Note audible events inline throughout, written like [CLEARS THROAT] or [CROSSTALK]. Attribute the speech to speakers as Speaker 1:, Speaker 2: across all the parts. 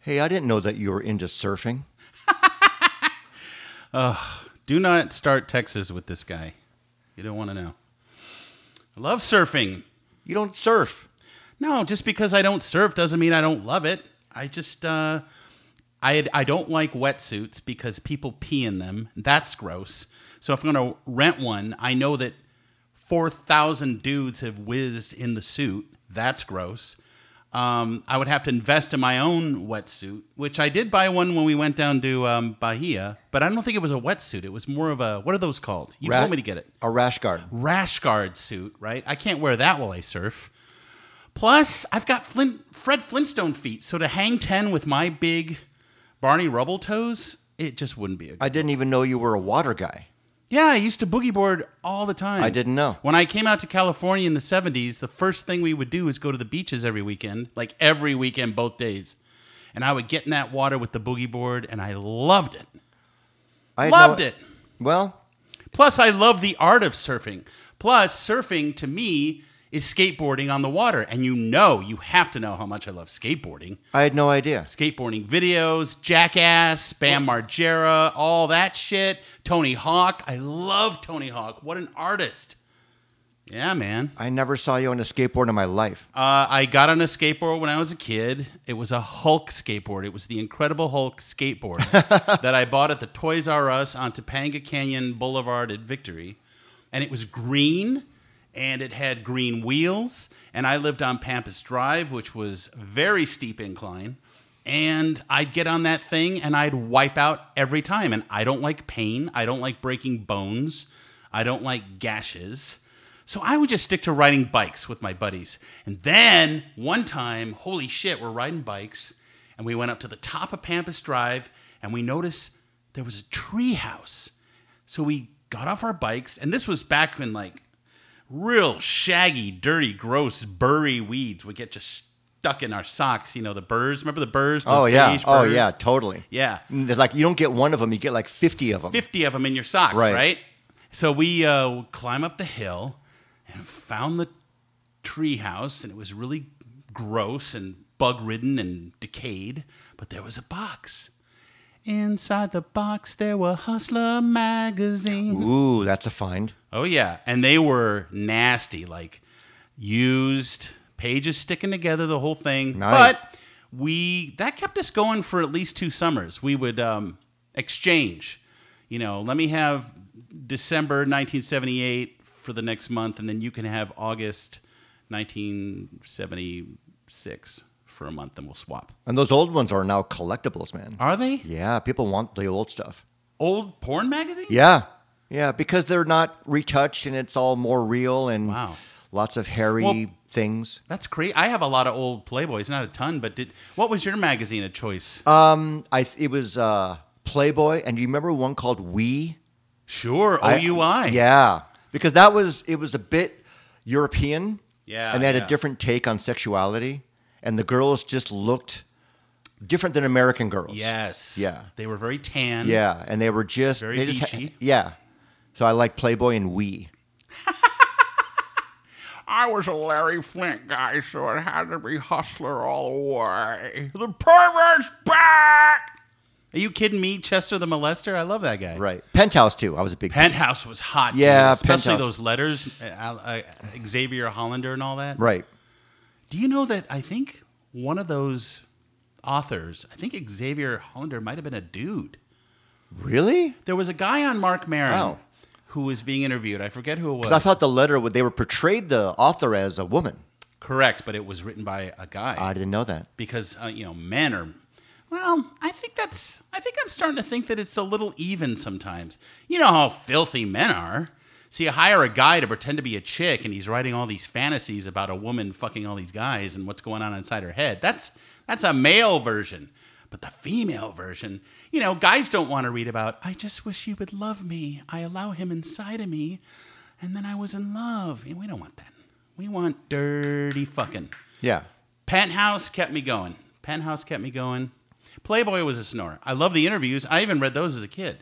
Speaker 1: Hey, I didn't know that you were into surfing.
Speaker 2: Do not start Texas with this guy. You don't want to know. I love surfing.
Speaker 1: You don't surf.
Speaker 2: No, just because I don't surf doesn't mean I don't love it. I just uh, I I don't like wetsuits because people pee in them. That's gross. So if I'm gonna rent one, I know that four thousand dudes have whizzed in the suit. That's gross. Um, I would have to invest in my own wetsuit, which I did buy one when we went down to um, Bahia, but I don't think it was a wetsuit. It was more of a what are those called? You
Speaker 1: Ra-
Speaker 2: told me to get it
Speaker 1: A rash guard.
Speaker 2: rash guard suit, right? I can't wear that while I surf. Plus, I've got Flint, Fred Flintstone feet, so to hang 10 with my big Barney Rubble toes, it just wouldn't be a
Speaker 1: I didn't even know you were a water guy.
Speaker 2: Yeah, I used to boogie board all the time.
Speaker 1: I didn't know.
Speaker 2: When I came out to California in the 70s, the first thing we would do is go to the beaches every weekend, like every weekend, both days. And I would get in that water with the boogie board, and I loved it.
Speaker 1: I had no-
Speaker 2: loved it.
Speaker 1: Well,
Speaker 2: Plus, I love the art of surfing. Plus, surfing to me is skateboarding on the water. And you know, you have to know how much I love skateboarding.
Speaker 1: I had no idea.
Speaker 2: Skateboarding videos, Jackass, Bam Margera, all that shit. Tony Hawk. I love Tony Hawk. What an artist. Yeah, man.
Speaker 1: I never saw you on a skateboard in my life.
Speaker 2: Uh, I got on a skateboard when I was a kid. It was a Hulk skateboard. It was the Incredible Hulk skateboard that I bought at the Toys R Us on Topanga Canyon Boulevard at Victory. And it was green and it had green wheels. And I lived on Pampas Drive, which was very steep incline. And I'd get on that thing and I'd wipe out every time. And I don't like pain. I don't like breaking bones. I don't like gashes. So I would just stick to riding bikes with my buddies. And then one time, holy shit, we're riding bikes and we went up to the top of Pampas Drive and we noticed there was a tree house. So we got off our bikes and this was back when like real shaggy, dirty, gross, burry weeds would get just stuck in our socks, you know, the burrs. Remember the burrs?
Speaker 1: Oh
Speaker 2: Those
Speaker 1: yeah.
Speaker 2: beige
Speaker 1: Oh
Speaker 2: burrs?
Speaker 1: yeah. Totally.
Speaker 2: Yeah.
Speaker 1: And There's like you don't get one of them. You get like fifty of them.
Speaker 2: 50 of them in your socks,
Speaker 1: Right.
Speaker 2: right? So we uh, would climb up the hill and found the tree house, and it was really gross and bug ridden and decayed, but there was a box. Inside the box, there were Hustler magazines.
Speaker 1: Ooh, that's a find.
Speaker 2: Oh yeah, and they were nasty, like used pages sticking together, the whole thing.
Speaker 1: Nice.
Speaker 2: But we that kept us going for at least two summers. We would um, exchange, you know, let me have December 1978 for the next month, and then you can have August 1976 for a month, and we'll swap.
Speaker 1: And those old ones are now collectibles, man.
Speaker 2: Are they
Speaker 1: Yeah, people want the old stuff.
Speaker 2: old porn magazines?
Speaker 1: Yeah. Yeah, because they're not retouched and it's all more real and
Speaker 2: Wow.
Speaker 1: lots of hairy
Speaker 2: Well-
Speaker 1: things.
Speaker 2: That's great. I have a lot of old Playboys, not a ton, but did what was your magazine of choice?
Speaker 1: Um, I th- it was uh, Playboy, and you remember one called We?
Speaker 2: Sure,
Speaker 1: I-
Speaker 2: OUI.
Speaker 1: Yeah, because that was it was a bit European.
Speaker 2: Yeah,
Speaker 1: and they had a
Speaker 2: yeah.
Speaker 1: different take on sexuality, and the girls just looked different than American girls.
Speaker 2: Yes.
Speaker 1: Yeah.
Speaker 2: They were very tan.
Speaker 1: yeah, and they were just
Speaker 2: Very
Speaker 1: they just ha-
Speaker 2: beachy.
Speaker 1: yeah. So I like Playboy and We.
Speaker 3: I was a Larry Flint guy, so it had to be Hustler all the way. The pervert's back!
Speaker 2: Are you kidding me? Chester the Molester? I love that guy.
Speaker 1: Right, Penthouse too. I was a big
Speaker 2: Penthouse was hot.
Speaker 1: Yeah,
Speaker 2: dude, especially
Speaker 1: Penthouse.
Speaker 2: those letters, uh, Al- uh, Xavier Hollander and all that.
Speaker 1: right.
Speaker 2: Do you know that I think one of those authors, I think Xavier Hollander might have been a dude.
Speaker 1: Really?
Speaker 2: There was a guy on Mark Maron
Speaker 1: Oh.
Speaker 2: who was being interviewed. I forget who it was.
Speaker 1: Because I thought the letter would they were portrayed the author as a woman.
Speaker 2: Correct, but it was written by a guy.
Speaker 1: I didn't know that.
Speaker 2: because uh, you know men are well i think that's i think i'm starting to think that it's a little even sometimes you know how filthy men are so you hire a guy to pretend to be a chick and he's writing all these fantasies about a woman fucking all these guys and what's going on inside her head that's that's a male version but the female version you know guys don't want to read about i just wish you would love me i allow him inside of me and then i was in love and we don't want that we want dirty fucking
Speaker 1: Yeah,
Speaker 2: Penthouse kept me going. Penthouse kept me going. Playboy was a snorer. I love the interviews. I even read those as a kid,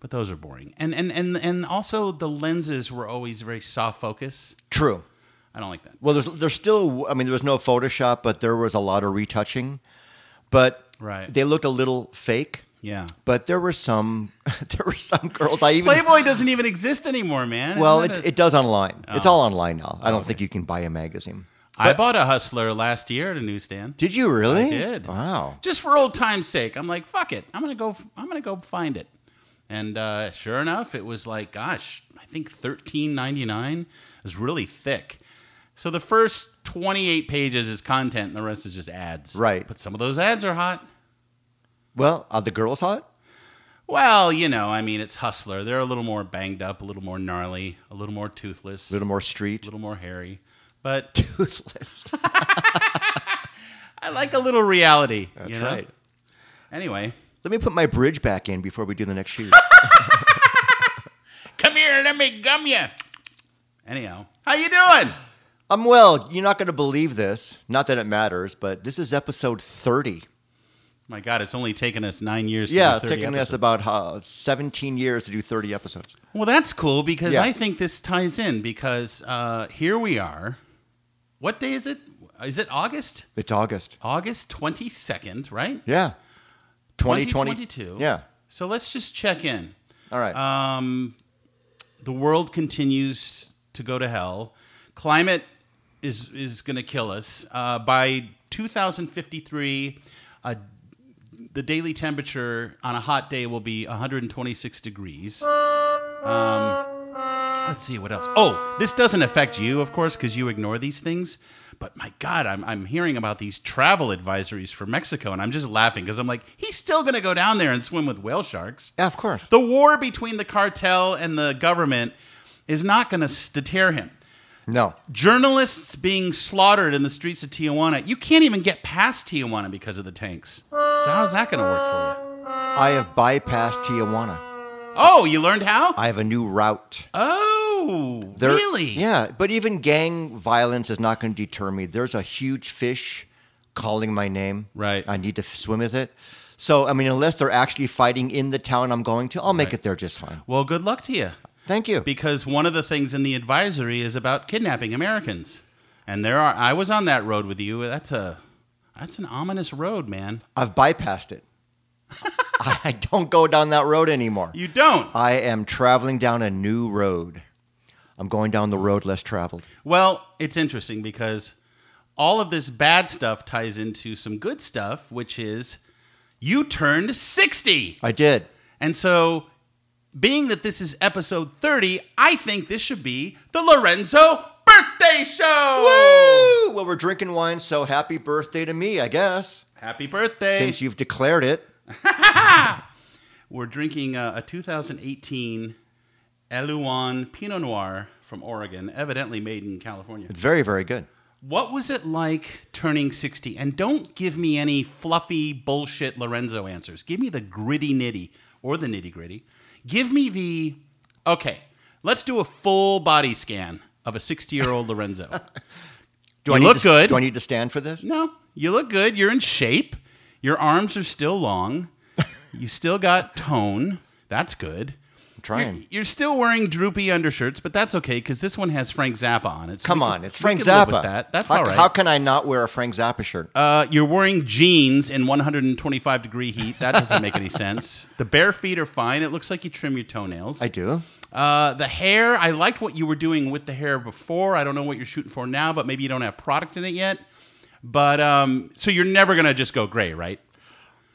Speaker 2: but those are boring. And and and and also the lenses were always very soft focus.
Speaker 1: true.
Speaker 2: I don't like that.
Speaker 1: Well, there's there's still. I mean, there was no Photoshop, but there was a lot of retouching. But
Speaker 2: Right.
Speaker 1: They looked a little fake,
Speaker 2: Yeah.
Speaker 1: but there were some [LAUGHS] there were some girls I even
Speaker 2: Playboy doesn't even exist anymore, man. Isn't
Speaker 1: well it,
Speaker 2: that a-
Speaker 1: it does online.
Speaker 2: Oh.
Speaker 1: It's all online now. I don't think you can buy a magazine.
Speaker 2: I bought a Hustler last year at a newsstand.
Speaker 1: Did you really?
Speaker 2: I did.
Speaker 1: Wow.
Speaker 2: Just for old time's sake, I'm like, fuck it. I'm gonna go. I'm gonna go find it. And uh, sure enough, it was like, gosh, I think 13.99 It was really thick. So the first 28 pages is content, and the rest is just ads.
Speaker 1: Right.
Speaker 2: But some of those ads are hot.
Speaker 1: Well, are the girls hot?
Speaker 2: Well, you know, I mean, it's Hustler. They're a little more banged up, a little more gnarly, a little more toothless,
Speaker 1: A little more street. [LAUGHS]
Speaker 2: a little more hairy. But
Speaker 1: Toothless.
Speaker 2: I like a little reality.
Speaker 1: That's
Speaker 2: you know?
Speaker 1: right.
Speaker 2: Anyway,
Speaker 1: Let me put my bridge back in before we do the next shoot. [LAUGHS]
Speaker 2: come here, let me gum you. Anyhow, how you doing?
Speaker 1: I'm Um, well. You're not going to believe this. Not that it matters, but this is episode 30.
Speaker 2: My God, it's only taken us nine years. to
Speaker 1: Yeah,
Speaker 2: do
Speaker 1: it's
Speaker 2: 30
Speaker 1: taken us
Speaker 2: episodes.
Speaker 1: about uh, 17 years to do 30 episodes.
Speaker 2: Well, that's cool because
Speaker 1: Yeah.
Speaker 2: I think this ties in because uh, here we are. What day is it? Is it August?
Speaker 1: It's August.
Speaker 2: August twenty second, right?
Speaker 1: Yeah. 2020.
Speaker 2: 2022.
Speaker 1: Yeah.
Speaker 2: So let's just check in.
Speaker 1: All right.
Speaker 2: Um, the world continues to go to hell. Climate is is going to kill us. Uh, by 2053, uh, the daily temperature on a hot day will be 126 degrees. Um, let's see what else. Oh, this doesn't affect you, of course, because you ignore these things. But my God, I'm, I'm hearing about these travel advisories for Mexico, and I'm just laughing because I'm like, he's still going to go down there and swim with whale sharks.
Speaker 1: yeah, of course.
Speaker 2: The war between the cartel and the government is not going to deter him.
Speaker 1: No.
Speaker 2: Journalists being slaughtered in the streets of Tijuana. You can't even get past Tijuana because of the tanks. So how's that going to work for
Speaker 1: I have bypassed Tijuana.
Speaker 2: you? Oh, you learned how?
Speaker 1: I have a new route.
Speaker 2: oh,
Speaker 1: There-
Speaker 2: Uh, really?
Speaker 1: Yeah, but even gang violence is not going to deter me. There's a huge fish calling my name.
Speaker 2: Right.
Speaker 1: I need to f- swim with it. So, I mean, unless they're actually fighting in the town I'm going to, I'll make it there just fine.
Speaker 2: Well, good luck to you.
Speaker 1: Thank you.
Speaker 2: Because one of the things in the advisory is about kidnapping Americans. And there are I was on that road with you. That's a that's an ominous road, man.
Speaker 1: I've bypassed it. [LAUGHS] I don't go down that road anymore.
Speaker 2: You don't.
Speaker 1: I am traveling down a new road. I'm going down the road less traveled.
Speaker 2: Well, it's interesting because all of this bad stuff ties into some good stuff, which is you turned 60.
Speaker 1: I did.
Speaker 2: And so, being that this is episode 30, I think this should be the Lorenzo birthday show.
Speaker 1: Woo! Well, we're drinking wine, so happy birthday to me, I guess.
Speaker 2: Happy birthday.
Speaker 1: Since you've declared it.
Speaker 2: We're drinking a, a 2018 Eluan Pinot Noir from Oregon, evidently made in California.
Speaker 1: It's very, very good.
Speaker 2: What was it like turning 60? And don't give me any fluffy bullshit Lorenzo answers. Give me the gritty nitty or the nitty gritty. Give me the okay, let's do a full body scan of a 60 year
Speaker 1: [LAUGHS]
Speaker 2: old Lorenzo.
Speaker 1: Do
Speaker 2: You
Speaker 1: I need
Speaker 2: look
Speaker 1: to,
Speaker 2: good.
Speaker 1: Do I need to stand for this?
Speaker 2: no, you look good. You're in shape. Your arms are still long. You still got tone. That's good.
Speaker 1: I'm trying.
Speaker 2: You're still wearing droopy undershirts, but that's okay because this one has Frank Zappa on it. so
Speaker 1: Come
Speaker 2: we
Speaker 1: on,
Speaker 2: can-
Speaker 1: it's
Speaker 2: we
Speaker 1: Frank
Speaker 2: can live
Speaker 1: Zappa.
Speaker 2: with that. That's
Speaker 1: how,
Speaker 2: all right.
Speaker 1: How can I not wear a Frank Zappa shirt?
Speaker 2: Uh, you're wearing jeans in 125 degree heat. That doesn't make any
Speaker 1: [LAUGHS]
Speaker 2: sense. The bare feet are fine. It looks like you trim your toenails.
Speaker 1: I do.
Speaker 2: Uh, the hair, I liked what you were doing with the hair before. I don't know what you're shooting for now, but maybe you don't have product in it yet. But um, so you're never gonna just go gray, right?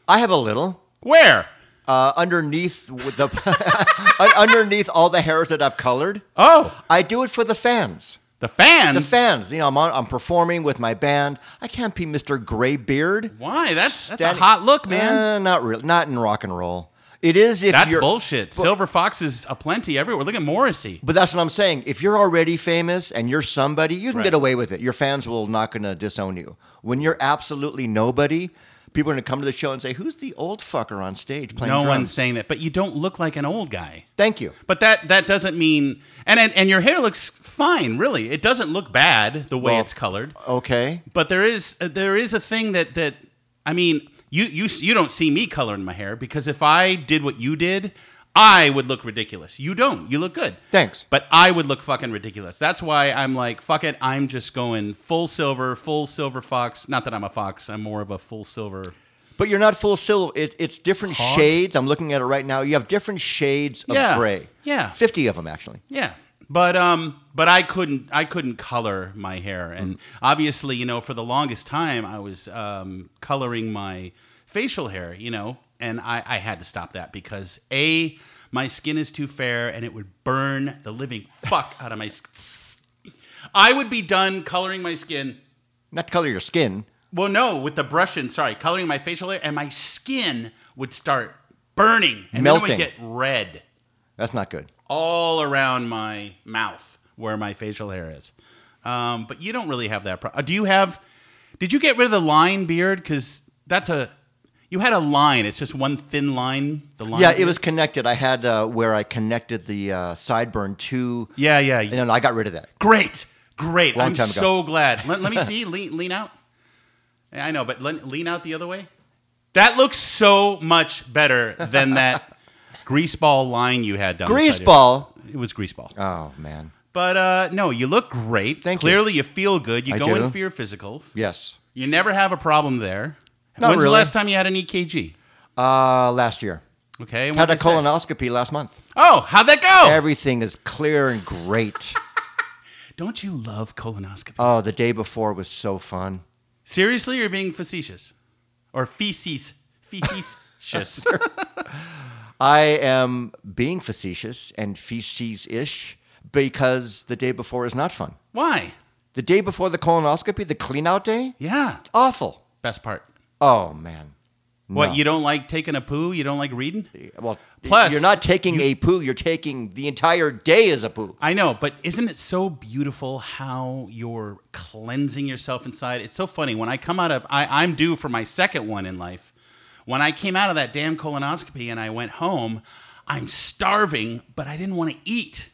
Speaker 1: I have a little.
Speaker 2: Where?
Speaker 1: Uh, underneath with the [LAUGHS] un- underneath all the hairs that I've colored,
Speaker 2: Oh,
Speaker 1: I do it for the fans.
Speaker 2: the fans.
Speaker 1: The fans, you know, I'm on, I'm performing with my band. I can't be Mr. Graybeard.
Speaker 2: Why? That's that's a
Speaker 1: Standing-
Speaker 2: hot look, man.
Speaker 1: Eh, not really. Not in rock and roll. It is if
Speaker 2: that's
Speaker 1: you're.
Speaker 2: bullshit. Silver foxes aplenty everywhere. Look at Morrissey.
Speaker 1: But that's what I'm saying. If you're already famous and you're somebody, you can
Speaker 2: Right.
Speaker 1: get away with it. Your fans will not going to disown you. When you're absolutely nobody, people are going to come to the show and say, "Who's the old fucker on stage playing
Speaker 2: No
Speaker 1: drums?"
Speaker 2: one's saying that, but you don't look like an old guy.
Speaker 1: Thank you.
Speaker 2: But that that doesn't mean and and, and your hair looks fine, really. It doesn't look bad the way
Speaker 1: Well-
Speaker 2: it's colored.
Speaker 1: Okay.
Speaker 2: But there is uh, there is a thing that that I mean, you you you don't see me coloring my hair because if I did what you did, I would look ridiculous. You don't. You look good.
Speaker 1: Thanks.
Speaker 2: But I would look fucking ridiculous. That's why I'm like, fuck it. I'm just going full silver, full silver fox. Not that I'm a fox. I'm more of a full silver.
Speaker 1: But you're not full silhouette. It, it's different shades. I'm looking at it right now. You have different shades of
Speaker 2: Yeah.
Speaker 1: gray.
Speaker 2: Yeah.
Speaker 1: 50 of them, actually.
Speaker 2: Yeah. But um but I couldn't I couldn't color my hair and obviously, you know, for the longest time I was um coloring my facial hair, you know, and I I had to stop that because A my skin is too fair and it would burn the living fuck out of my s- I would be done coloring my skin.
Speaker 1: Not color your skin.
Speaker 2: Well, no, with the brush and sorry, coloring my facial hair and my skin would start burning and then
Speaker 1: Melting.
Speaker 2: it would get red
Speaker 1: That's not good.
Speaker 2: all around my mouth where my facial hair is. Um, but you don't really have that problem. Do you have? Did you get rid of the line beard? Because that's a you had a line. It's just one thin line. The line.
Speaker 1: Yeah, it
Speaker 2: beard?
Speaker 1: was connected. I had uh, where I connected the uh, sideburn to.
Speaker 2: Yeah, yeah.
Speaker 1: And then I got rid of that.
Speaker 2: Great, great.
Speaker 1: Long
Speaker 2: I'm
Speaker 1: time ago.
Speaker 2: so glad. Let, let me see. [LAUGHS] Lean, lean out. Yeah, I know, but lean, lean out the other way. That looks so much better than that [LAUGHS] greaseball line you had down. the side here.
Speaker 1: Greaseball.
Speaker 2: It was greaseball.
Speaker 1: Oh, man.
Speaker 2: But uh, no, you look great.
Speaker 1: Thank you.
Speaker 2: Clearly, you. feel good. You
Speaker 1: I
Speaker 2: go
Speaker 1: do.
Speaker 2: in for your physicals.
Speaker 1: Yes.
Speaker 2: You never have a problem there.
Speaker 1: Not
Speaker 2: When's the
Speaker 1: really.
Speaker 2: last time you had an EKG?
Speaker 1: Uh, last year.
Speaker 2: Okay. what'd
Speaker 1: Had a
Speaker 2: they say?
Speaker 1: colonoscopy last month.
Speaker 2: Oh, how'd that go?
Speaker 1: Everything is clear and great.
Speaker 2: Don't you love colonoscopy?
Speaker 1: oh, the day before was so fun.
Speaker 2: Seriously, you're being facetious or feces,
Speaker 1: [LAUGHS]
Speaker 2: feces.
Speaker 1: I am being facetious and feces ish because the day before is not fun.
Speaker 2: Why?
Speaker 1: The day before the colonoscopy, the clean out day,
Speaker 2: Yeah.
Speaker 1: awful.
Speaker 2: Best part.
Speaker 1: Oh, man.
Speaker 2: What?
Speaker 1: No.
Speaker 2: You don't like taking a poo? You don't like reading?
Speaker 1: Well,
Speaker 2: Plus,
Speaker 1: you're not taking a poo, you're taking the entire day as a poo.
Speaker 2: I know, but isn't it so beautiful how you're cleansing yourself inside? It's so funny. When I come out of, I, I'm due for my second one in life. When I came out of that damn colonoscopy and I went home, I'm starving, but I didn't want to eat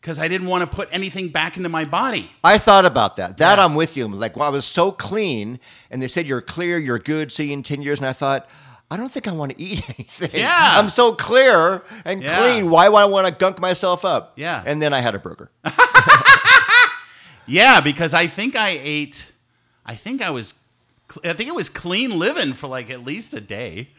Speaker 2: because I didn't want to put anything back into my body.
Speaker 1: I thought about that. That I'm with you. Like, well, I was so clean, and they said, You're clear, you're good, see you in 10 years. And I thought, I don't think I want to [LAUGHS] eat anything.
Speaker 2: Yeah.
Speaker 1: I'm so clear and
Speaker 2: Yeah.
Speaker 1: clean. Why would I want to gunk myself up?
Speaker 2: Yeah.
Speaker 1: And then I had a burger.
Speaker 2: Yeah, because I think I ate, I think I was, I think it was clean living for like at least a day.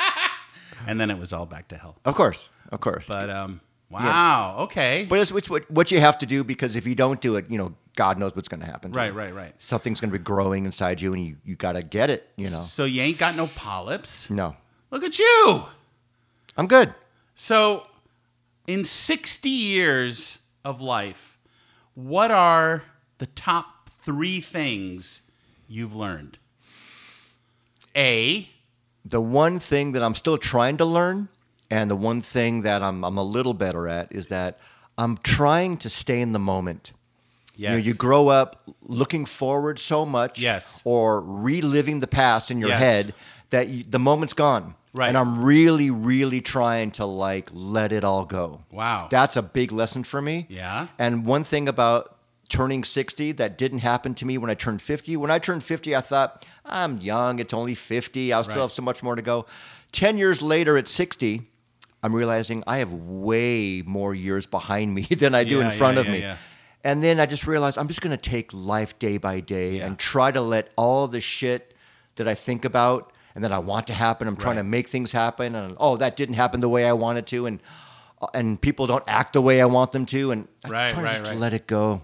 Speaker 2: [LAUGHS] and then it was all back to hell.
Speaker 1: Of course. Of course.
Speaker 2: But, um, wow. Okay.
Speaker 1: But it's, it's what, what you have to do because if you don't do it, you know, God knows what's going to happen. to you.
Speaker 2: Right, right, right.
Speaker 1: Something's going to be growing inside you, and you, you got to get it, you know.
Speaker 2: So you ain't got no polyps.
Speaker 1: No.
Speaker 2: Look at you.
Speaker 1: I'm good.
Speaker 2: So in 60 years of life, what are the top 3 things you've learned? A,
Speaker 1: The one thing that I'm still trying to learn, and the one thing that I'm, I'm a little better at, is that I'm trying to stay in the moment. You, know,
Speaker 2: yes.
Speaker 1: you grow up looking forward so much,
Speaker 2: Yes.
Speaker 1: or reliving the past in your
Speaker 2: Yes.
Speaker 1: head that you, the moment's gone.
Speaker 2: Right.
Speaker 1: And I'm really, really trying to like let it all go.
Speaker 2: Wow.
Speaker 1: That's a big lesson for me.
Speaker 2: Yeah.
Speaker 1: And one thing about turning 60 that didn't happen to me when I turned 50. When I turned 50, I thought, I'm young, it's only 50, I'll
Speaker 2: Right.
Speaker 1: still have so much more to go. 10 years later at 60, I'm realizing I have way more years behind me [LAUGHS] than I do
Speaker 2: Yeah,
Speaker 1: in front
Speaker 2: yeah,
Speaker 1: of
Speaker 2: yeah,
Speaker 1: me.
Speaker 2: yeah.
Speaker 1: And then I just realized I'm just going to take life day by day
Speaker 2: Yeah.
Speaker 1: and try to let all the shit that I think about and that I want to happen. I'm trying
Speaker 2: Right.
Speaker 1: to make things happen, and oh, that didn't happen the way I wanted to, and uh, and people don't act the way I want them to, and I'm
Speaker 2: Right,
Speaker 1: trying
Speaker 2: right,
Speaker 1: to just
Speaker 2: right.
Speaker 1: let it
Speaker 2: [LAUGHS]
Speaker 1: go.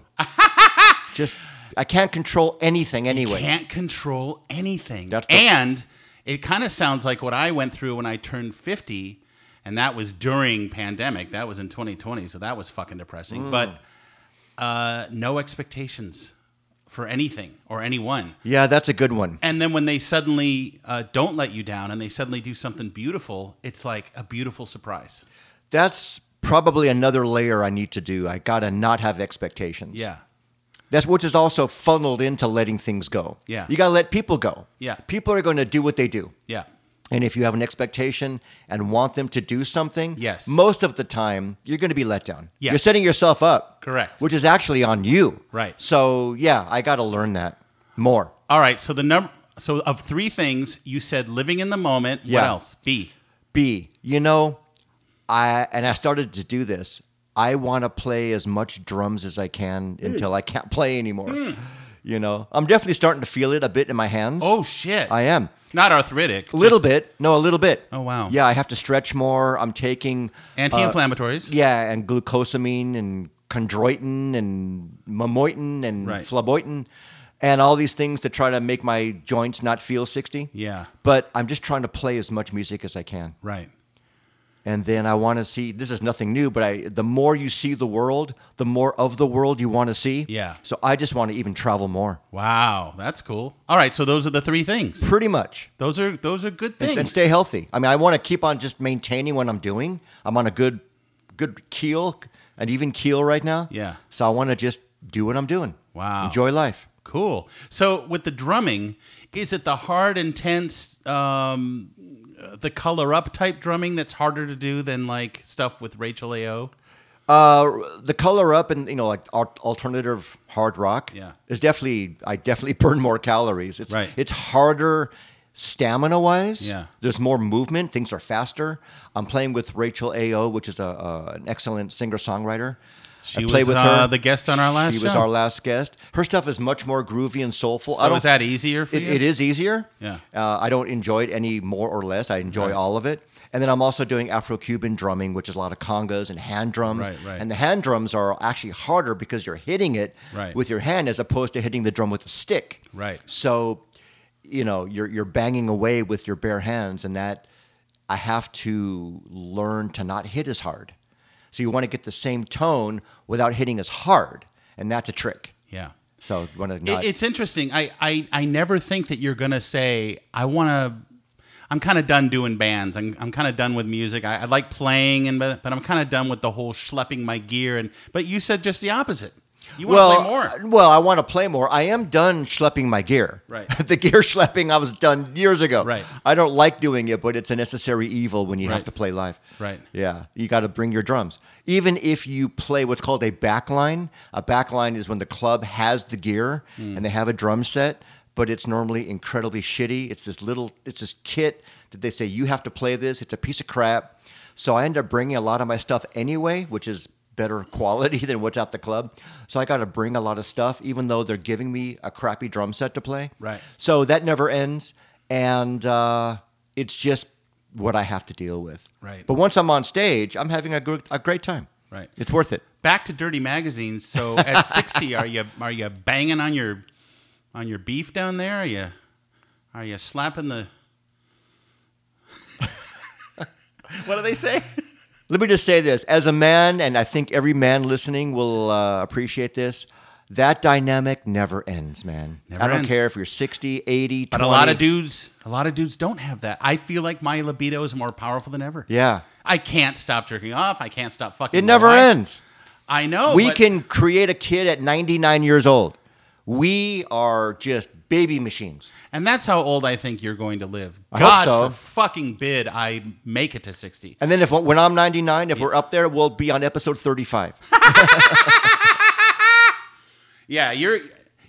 Speaker 1: just I can't control anything anyway.
Speaker 2: can't control anything.
Speaker 1: That's the-
Speaker 2: and it kind of sounds like what I went through when I turned 50, and that was during pandemic. That was in 2020, so that was fucking depressing.
Speaker 1: Mm.
Speaker 2: But uh, no expectations for anything or anyone.
Speaker 1: Yeah, that's a good one.
Speaker 2: And then when they suddenly uh, don't let you down and they suddenly do something beautiful, it's like a beautiful surprise.
Speaker 1: That's probably another layer I need to do. I gotta not have expectations.
Speaker 2: Yeah.
Speaker 1: That's which is also funneled into letting things go.
Speaker 2: Yeah.
Speaker 1: You gotta let people go.
Speaker 2: Yeah.
Speaker 1: People are gonna do what they do.
Speaker 2: Yeah.
Speaker 1: And if you have an expectation and want them to do something,
Speaker 2: Yes.
Speaker 1: most of the time you're going to be let down.
Speaker 2: Yes.
Speaker 1: You're setting yourself up.
Speaker 2: Correct.
Speaker 1: Which is actually on you.
Speaker 2: Right.
Speaker 1: So, yeah, I got to learn that more.
Speaker 2: All right. So the number. So of three things you said, living in the moment. What
Speaker 1: Yeah.
Speaker 2: else? B.
Speaker 1: B, you know, I and I started to do
Speaker 2: Hmm.
Speaker 1: this. I want to play as much drums as I can until I can't play anymore. You know, I'm definitely starting to feel it a bit in my hands.
Speaker 2: Oh shit!
Speaker 1: I am.
Speaker 2: Not arthritic.
Speaker 1: A little
Speaker 2: just
Speaker 1: bit. No, a little bit.
Speaker 2: Oh, wow.
Speaker 1: Yeah, I have to stretch more. I'm taking uh,
Speaker 2: Anti-inflammatories.
Speaker 1: yeah, and glucosamine and chondroitin and mamoitin and
Speaker 2: Right.
Speaker 1: flaboitin and all these things to try to make my joints not feel 60.
Speaker 2: Yeah.
Speaker 1: But I'm just trying to play as much music as I can.
Speaker 2: Right.
Speaker 1: And then I want to see this is nothing new, but I the more you see the world, the more of the world you want to see.
Speaker 2: Yeah.
Speaker 1: So I just want to even travel more.
Speaker 2: Wow, that's cool. All right, so those are the three things.
Speaker 1: Pretty much.
Speaker 2: Those are those are good things.
Speaker 1: and, and stay healthy. I mean, I want to keep on just maintaining what I'm doing. I'm on a good, good keel, an even keel right now.
Speaker 2: Yeah.
Speaker 1: So I want to just do what I'm doing.
Speaker 2: Wow.
Speaker 1: Enjoy life.
Speaker 2: Cool. So with the drumming, is it the hard, intense, um, the color up type drumming that's harder to do than like stuff with Rachel Ao?
Speaker 1: Uh, the color up and you know like al- alternative hard rock.
Speaker 2: Yeah.
Speaker 1: Is definitely I definitely [LAUGHS] burn more calories. It's
Speaker 2: Right.
Speaker 1: It's harder stamina wise.
Speaker 2: Yeah.
Speaker 1: There's more movement. Things are faster. I'm playing with Rachel Ao, which is a, a an excellent singer songwriter.
Speaker 2: She was, uh, the guest on our last
Speaker 1: She was
Speaker 2: show.
Speaker 1: our last guest. Her stuff is much more groovy and soulful. I
Speaker 2: So
Speaker 1: don't
Speaker 2: is that easier for
Speaker 1: it,
Speaker 2: you?
Speaker 1: it is easier.
Speaker 2: Yeah.
Speaker 1: Uh, I don't enjoy it any more or less. I enjoy all of it. And then I'm also doing Afro Cuban drumming, which is a lot of congas and hand drums.
Speaker 2: Right, right.
Speaker 1: And the hand drums are actually harder because you're hitting it
Speaker 2: Right.
Speaker 1: with your hand as opposed to hitting the drum with a stick.
Speaker 2: Right.
Speaker 1: So, you know, you're, you're banging away with your bare hands, and that I have to learn to not hit as hard. So you want to get the same tone without hitting as hard. And that's a trick.
Speaker 2: Yeah.
Speaker 1: So you want to
Speaker 2: It,
Speaker 1: not.
Speaker 2: it's interesting. I, I I never think that you're gonna say I want to. I'm kind of done doing bands. I'm, I'm kind of done with music. I, I like playing, and but, but I'm kind of done with the whole schlepping my gear. And but you said just the opposite. You want to play more.
Speaker 1: uh, Well, I want to play more. I am done schlepping my gear.
Speaker 2: Right.
Speaker 1: [LAUGHS] the gear schlepping I was done years ago.
Speaker 2: Right.
Speaker 1: I don't like doing it, but it's a necessary evil when you
Speaker 2: Right.
Speaker 1: have to play live.
Speaker 2: Right.
Speaker 1: Yeah. You got to bring your drums. Even if you play what's called a backline, a backline is when the club has the gear
Speaker 2: Hmm.
Speaker 1: and they have a drum set, but it's normally incredibly shitty. It's this little, it's this kit that they say you have to play this. It's a piece of crap. So I end up bringing a lot of my stuff anyway, which is better [LAUGHS] quality than what's at the club. So I got to bring a lot of stuff, even though they're giving me a crappy drum set to play.
Speaker 2: Right.
Speaker 1: So that never ends, and uh, it's just what I have to deal with.
Speaker 2: Right.
Speaker 1: But once I'm on stage, I'm having a, gr- a great time.
Speaker 2: Right.
Speaker 1: It's worth it.
Speaker 2: back to dirty magazines. So at
Speaker 1: [LAUGHS]
Speaker 2: sixty, are you are you banging on your on your beef down there? Are you are you slapping the? [LAUGHS] what do they say?
Speaker 1: Let me just say this: as a man, and I think every man listening will uh, appreciate this. That dynamic never ends, man.
Speaker 2: Never
Speaker 1: I don't
Speaker 2: ends.
Speaker 1: care if you're 60, 80,
Speaker 2: But
Speaker 1: 20.
Speaker 2: a lot of dudes, a lot of dudes don't have that. I feel like my libido is more powerful than ever.
Speaker 1: Yeah.
Speaker 2: I can't stop jerking off. I can't stop fucking.
Speaker 1: It
Speaker 2: my
Speaker 1: never
Speaker 2: wife.
Speaker 1: ends.
Speaker 2: I know.
Speaker 1: we
Speaker 2: but-
Speaker 1: can create a kid at 99 years old. We are just baby machines.
Speaker 2: and that's how old I think you're going to live.
Speaker 1: I hope
Speaker 2: God
Speaker 1: so.
Speaker 2: for fucking bid, I make it to sixty.
Speaker 1: And then if when I'm 99, if we're up there, we'll be on episode 35.
Speaker 2: Yeah, you're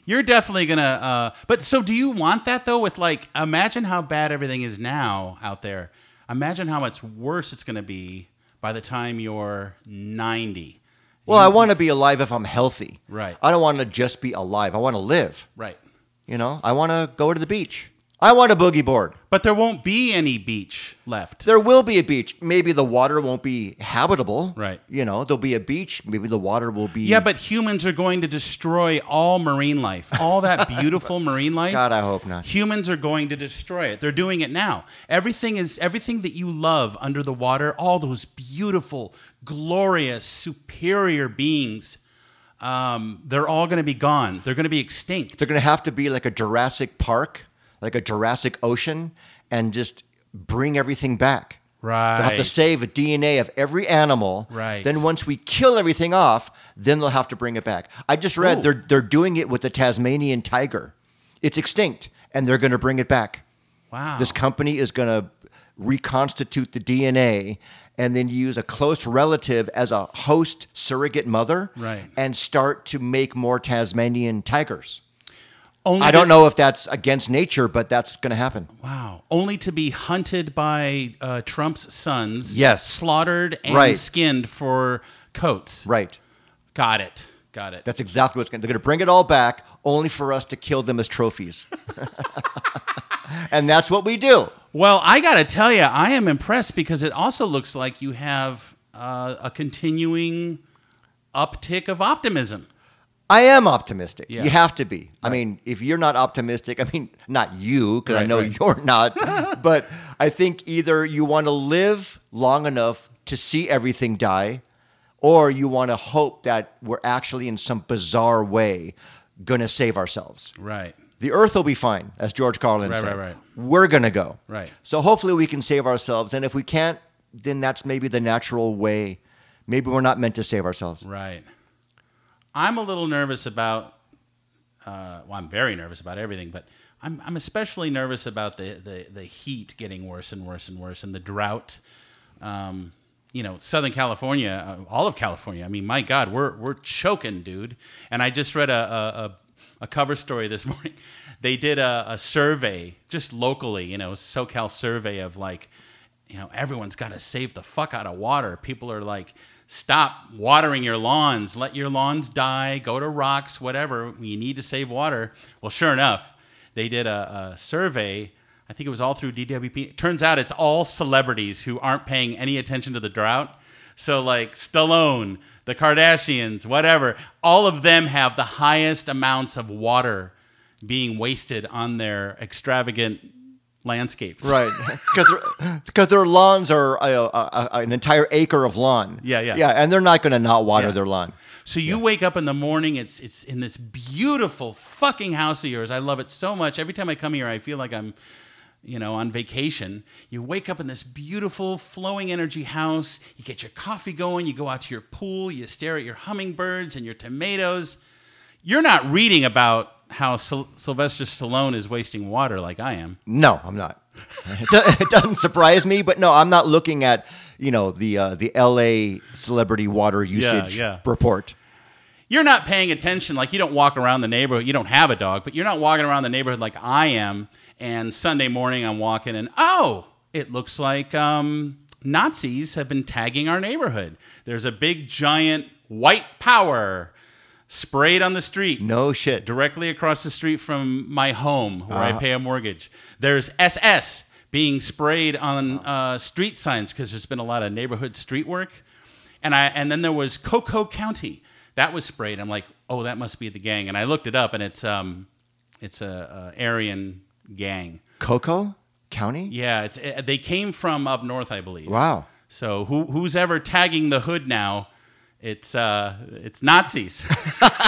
Speaker 2: you're definitely gonna. Uh, but so, do you want that though? With like, imagine how bad everything is now out there. Imagine how much worse it's gonna be by the time you're ninety.
Speaker 1: Well, I want to be alive if I'm healthy.
Speaker 2: Right.
Speaker 1: I don't want to just be alive. I want to live.
Speaker 2: Right.
Speaker 1: You know, I want to go to the beach. I want a boogie board.
Speaker 2: But there won't be any beach left.
Speaker 1: There will be a beach. Maybe the water won't be habitable.
Speaker 2: Right.
Speaker 1: You know, there'll be a beach. Maybe the water will be.
Speaker 2: yeah, but humans are going to destroy all marine life, all that
Speaker 1: [LAUGHS]
Speaker 2: beautiful marine life.
Speaker 1: God, I hope not.
Speaker 2: Humans are going to destroy it. They're doing it now. Everything is everything that you love under the water, all those beautiful, glorious, superior beings, um, they're all going to be gone. They're going to be extinct.
Speaker 1: They're going to have to be like a Jurassic Park, like a Jurassic Ocean, and just bring everything back. They'll have to
Speaker 2: Right.
Speaker 1: save a DNA of every animal.
Speaker 2: Right.
Speaker 1: Then once we kill everything off, then they'll have to bring it back. I just read
Speaker 2: Ooh.
Speaker 1: they're they're doing it with the Tasmanian tiger. It's extinct, and they're going to bring it back.
Speaker 2: Wow.
Speaker 1: This company is going to reconstitute the DNA and then use a close relative as a host surrogate mother
Speaker 2: Right.
Speaker 1: and start to make more Tasmanian tigers.
Speaker 2: Only
Speaker 1: I
Speaker 2: to-
Speaker 1: don't know if that's against nature, but that's going to happen.
Speaker 2: Wow. Only to be hunted by uh, Trump's sons.
Speaker 1: Yes.
Speaker 2: Slaughtered and
Speaker 1: Right.
Speaker 2: skinned for coats.
Speaker 1: Right.
Speaker 2: Got it. Got it.
Speaker 1: That's exactly what's going to They're going to bring it all back only for us to kill them as trophies. [LAUGHS] and that's what we do.
Speaker 2: Well, I gotta tell you, I am impressed because it also looks like you have uh, a continuing uptick of optimism.
Speaker 1: I am optimistic.
Speaker 2: Yeah.
Speaker 1: You have to be. I mean, if you're not optimistic, I mean, not you, because I
Speaker 2: Right,
Speaker 1: know
Speaker 2: right.
Speaker 1: [LAUGHS] you're not, but I think either you want to live long enough to see everything die, or you want to hope that we're actually in some bizarre way going to save ourselves.
Speaker 2: Right.
Speaker 1: The earth will be fine, as George Carlin
Speaker 2: Right,
Speaker 1: said.
Speaker 2: right, right.
Speaker 1: We're going to go.
Speaker 2: Right.
Speaker 1: So hopefully we can save ourselves. And if we can't, then that's maybe the natural way. Maybe we're not meant to save ourselves.
Speaker 2: Right. I'm a little nervous about. Uh, well, I'm very nervous about everything, but I'm I'm especially nervous about the the the heat getting worse and worse and worse, and the drought. Um, you know, Southern California, uh, all of California. I mean, my God, we're we're choking, dude. And I just read a a, a, a cover story this [LAUGHS] morning. They did a, a survey just locally, you know, SoCal survey of like you know everyone's got to save the fuck out of water people are like stop watering your lawns let your lawns die go to rocks whatever you need to save water well sure enough they did a, a survey i think it was all through dwp turns out it's all celebrities who aren't paying any attention to the drought so like stallone the kardashians whatever all of them have the highest amounts of water being wasted on their extravagant landscapes
Speaker 1: [LAUGHS] Right, because their lawns are uh, uh, uh, an entire acre of lawn.
Speaker 2: Yeah, yeah.
Speaker 1: yeah, and they're not going to not water
Speaker 2: Yeah.
Speaker 1: their lawn.
Speaker 2: So you wake up in the morning, it's it's in this beautiful fucking house of yours. I love it so much. Every time I come here, I feel like I'm you know, on vacation, you wake up in this beautiful flowing energy house, you get your coffee going, you go out to your pool, you stare at your hummingbirds and your tomatoes. You're not reading about how Syl- Sylvester Stallone is wasting water like I am.
Speaker 1: No, I'm not. [LAUGHS] it do- it doesn't surprise me, but no, I'm not looking at you know the uh, the L.A. celebrity water usage
Speaker 2: yeah.
Speaker 1: report.
Speaker 2: you're not paying attention. Like you don't walk around the neighborhood. You don't have a dog, but you're not walking around the neighborhood like I am. And Sunday morning, I'm walking, and oh, it looks like um, Nazis have been tagging our neighborhood. There's a big giant white power sprayed on the street
Speaker 1: No shit.
Speaker 2: directly across the street from my home where I pay a mortgage. There's SS being sprayed on uh, street signs because there's been a lot of neighborhood street work, and I and then there was Cocoa County that was sprayed. I'm like, oh, that must be the gang, and I looked it up, and it's um, it's a, a Aryan gang.
Speaker 1: Coco County.
Speaker 2: Yeah, it's eh, they came from up north, I believe.
Speaker 1: Wow.
Speaker 2: So who who's ever tagging the hood now? It's uh it's Nazis. [LAUGHS]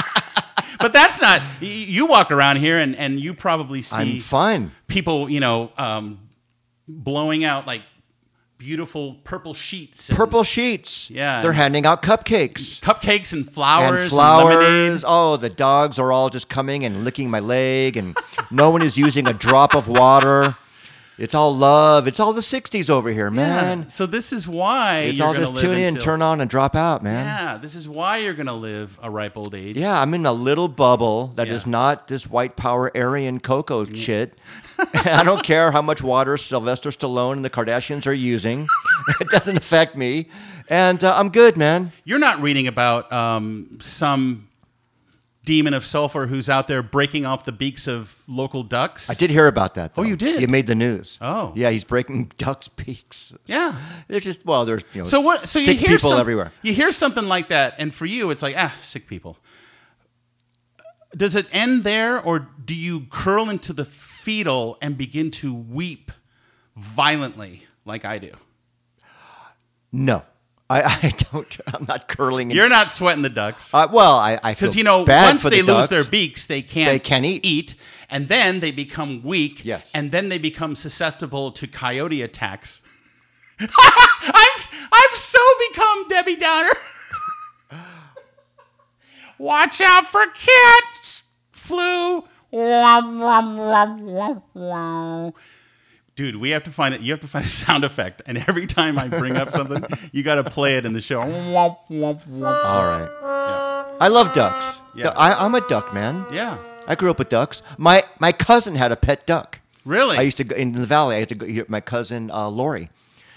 Speaker 2: but that's not y- you walk around here and and you probably
Speaker 1: I'm
Speaker 2: see
Speaker 1: fine.
Speaker 2: people you know um, blowing out like beautiful purple sheets, and
Speaker 1: Purple sheets.
Speaker 2: Yeah.
Speaker 1: They're handing out cupcakes.
Speaker 2: cupcakes and flowers,
Speaker 1: and
Speaker 2: lemonade.
Speaker 1: flowers. oh, the dogs are all just coming and licking my leg, and no one is using a drop of water. It's all love. It's all the '60s over here, man.
Speaker 2: So this is why
Speaker 1: It's
Speaker 2: you're
Speaker 1: all
Speaker 2: gonna
Speaker 1: just
Speaker 2: live
Speaker 1: tune in,
Speaker 2: until-
Speaker 1: turn on, and drop out, man.
Speaker 2: Yeah, this is why you're gonna live a ripe old age.
Speaker 1: Yeah. I'm in a little bubble that is
Speaker 2: Yeah.
Speaker 1: not this white power Aryan cocoa
Speaker 2: [LAUGHS]
Speaker 1: shit. I don't care how much water Sylvester Stallone and the Kardashians are using. [LAUGHS] it doesn't affect me, and uh, I'm good, man.
Speaker 2: You're not reading about um, some demon of sulfur who's out there breaking off the beaks of local ducks.
Speaker 1: I did hear about that. Though.
Speaker 2: Oh, you did?
Speaker 1: You made the news.
Speaker 2: Oh.
Speaker 1: yeah, he's breaking [LAUGHS] ducks' beaks.
Speaker 2: Yeah.
Speaker 1: there's just well, there's you know,
Speaker 2: So what? So
Speaker 1: sick
Speaker 2: you hear
Speaker 1: people
Speaker 2: some-
Speaker 1: everywhere.
Speaker 2: You hear something like that, and for you, it's like ah, sick people. Does it end there, or do you curl into the fetal and begin to weep violently, like I do?
Speaker 1: No, I, I [LAUGHS] don't. I'm not curling. in-
Speaker 2: You're not sweating the ducks.
Speaker 1: uh, well, I I feel
Speaker 2: because you know
Speaker 1: bad
Speaker 2: once
Speaker 1: for
Speaker 2: they
Speaker 1: the
Speaker 2: lose
Speaker 1: ducks.
Speaker 2: their beaks they can't
Speaker 1: They can't eat.
Speaker 2: and then they become weak
Speaker 1: Yes.
Speaker 2: and then they become susceptible to coyote attacks [LAUGHS] I've, I've so become debbie downer [LAUGHS] watch out for cat flu Dude, we have to find it. You have to find a sound effect, and every time I bring up something, you got to play it in the show.
Speaker 1: [LAUGHS] All right. I love ducks.
Speaker 2: Yeah.
Speaker 1: Du- I, I'm a duck man.
Speaker 2: Yeah,
Speaker 1: I grew up with ducks. My my cousin had a pet duck.
Speaker 2: really.
Speaker 1: I used to go in the valley. I had to go. here- My cousin uh, Lori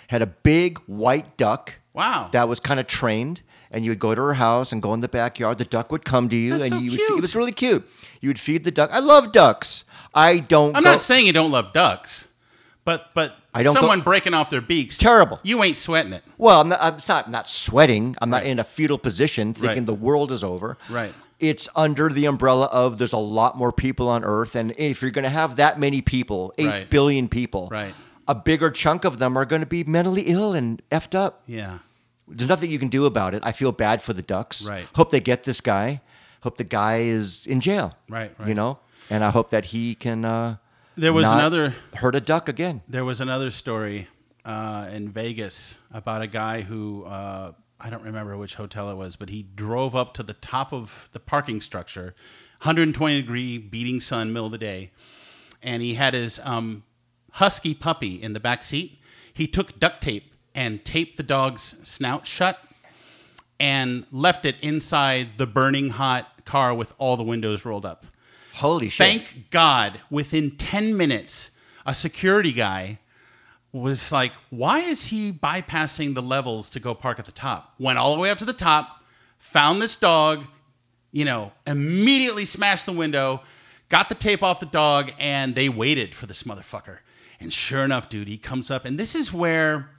Speaker 1: had a big white duck.
Speaker 2: Wow.
Speaker 1: that was kind of trained, and you would go to her house and go in the backyard. The duck would come to you,
Speaker 2: That's
Speaker 1: and
Speaker 2: so
Speaker 1: you Would, fe-
Speaker 2: cute.
Speaker 1: it was really cute. You would feed the duck. I love ducks. I don't.
Speaker 2: I'm
Speaker 1: go-
Speaker 2: not saying you don't love ducks, but but
Speaker 1: I don't go-
Speaker 2: someone breaking off their beaks
Speaker 1: Terrible.
Speaker 2: You ain't sweating it.
Speaker 1: Well, I'm not, I'm it's not not sweating. I'm not in a fetal position thinking
Speaker 2: Right.
Speaker 1: the world is over.
Speaker 2: Right.
Speaker 1: It's under the umbrella of there's a lot more people on Earth, and if you're going to have that many people, eight billion
Speaker 2: Right.
Speaker 1: people,
Speaker 2: Right.
Speaker 1: a bigger chunk of them are going to be mentally ill and effed up.
Speaker 2: Yeah.
Speaker 1: There's nothing you can do about it. I feel bad for the ducks.
Speaker 2: Right.
Speaker 1: Hope they get this guy. Hope the guy is in jail.
Speaker 2: Right, right.
Speaker 1: You know, and I hope that he can. Uh,
Speaker 2: There was
Speaker 1: not
Speaker 2: another
Speaker 1: hurt a duck again.
Speaker 2: there was another story uh, in Vegas about a guy who uh, I don't remember which hotel it was, but he drove up to the top of the parking structure, 120 degree beating sun, middle of the day, and he had his um, husky puppy in the back seat. He took duct tape and taped the dog's snout shut and left it inside the burning hot car with all the windows rolled up.
Speaker 1: Holy shit!
Speaker 2: Thank God, within 10 minutes, a security guy was like, Why is he bypassing the levels to go park at the top? Went all the way up to the top, found this dog, you know, immediately smashed the window, got the tape off the dog, and they waited for this motherfucker. And sure enough, dude, he comes up, and this is where.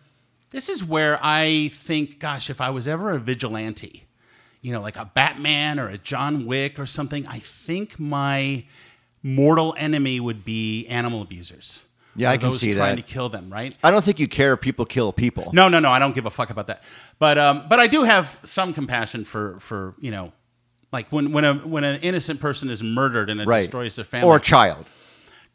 Speaker 2: This is where I think, gosh, if I was ever a vigilante, you know, like a Batman or a John Wick or something, I think my mortal enemy would be animal abusers.
Speaker 1: Yeah, I
Speaker 2: Or
Speaker 1: can
Speaker 2: those
Speaker 1: see
Speaker 2: trying
Speaker 1: that.
Speaker 2: to kill them, right?
Speaker 1: I don't think you care if people kill people.
Speaker 2: No, no, no. I don't give a fuck about that. But um, but I do have some compassion for for you know, like when when a when an innocent person is murdered and it
Speaker 1: right.
Speaker 2: destroys their family
Speaker 1: or a child.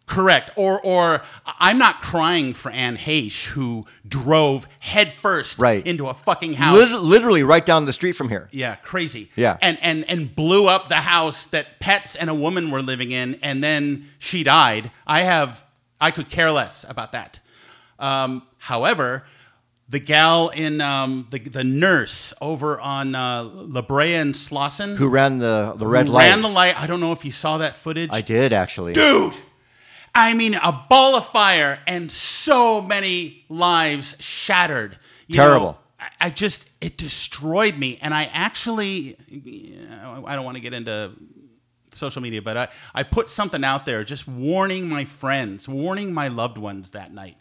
Speaker 2: Correct. Or or I'm not crying for Anne Heche who drove headfirst
Speaker 1: Right.
Speaker 2: into a fucking house.
Speaker 1: Lit- literally right down the street from here.
Speaker 2: Yeah, crazy.
Speaker 1: Yeah.
Speaker 2: And and and blew up the house that pets and a woman were living in, and then she died. I have I could care less about that. Um, however, the gal in um, the the nurse over on uh, La Brea and Slauson
Speaker 1: Who ran the the red light?
Speaker 2: ran the light. I don't know if you saw that footage.
Speaker 1: I did actually.
Speaker 2: dude. I mean, a ball of fire and so many lives shattered. You
Speaker 1: Terrible.
Speaker 2: know, I, I just, it destroyed me. And I actually, I don't want to get into social media, but I, I put something out there just warning my friends, warning my loved ones that night.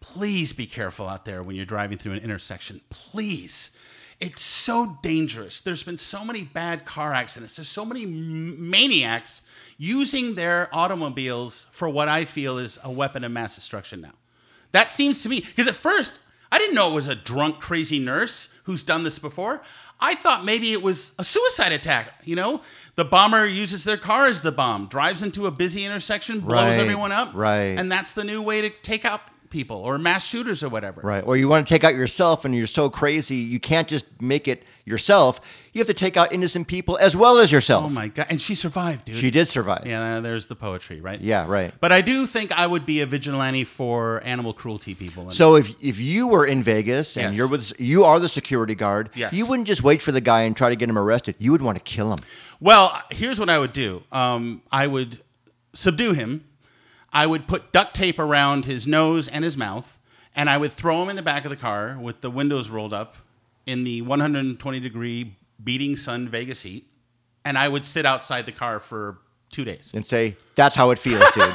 Speaker 2: Please be careful out there when you're driving through an intersection. Please. It's so dangerous. There's been so many bad car accidents. There's so many m- maniacs using their automobiles for what I feel is a weapon of mass destruction now. That seems to me, because at first, I didn't know it was a drunk, crazy nurse who's done this before. I thought maybe it was a suicide attack. You know, the bomber uses their car as the bomb, drives into a busy intersection, blows
Speaker 1: Right,
Speaker 2: everyone up.
Speaker 1: right.
Speaker 2: And that's the new way to take out people or mass shooters or whatever.
Speaker 1: Right. Or you want to take out yourself and you're so crazy, you can't just make it yourself. You have to take out innocent people as well as yourself.
Speaker 2: Oh my God. And she survived, dude.
Speaker 1: she did survive.
Speaker 2: Yeah, there's the poetry, right?
Speaker 1: Yeah, right.
Speaker 2: But I do think I would be a vigilante for animal cruelty people. And
Speaker 1: So if if you were in Vegas and
Speaker 2: Yes.
Speaker 1: you're with you are the security guard,
Speaker 2: Yes.
Speaker 1: you wouldn't just wait for the guy and try to get him arrested. You would want to kill him.
Speaker 2: Well, here's what I would do. Um, I would subdue him. I would put duct tape around his nose and his mouth, and I would throw him in the back of the car with the windows rolled up in the 120 degree beating sun Vegas heat, and I would sit outside the car for two days.
Speaker 1: And say, That's how it feels,
Speaker 2: [LAUGHS]
Speaker 1: dude.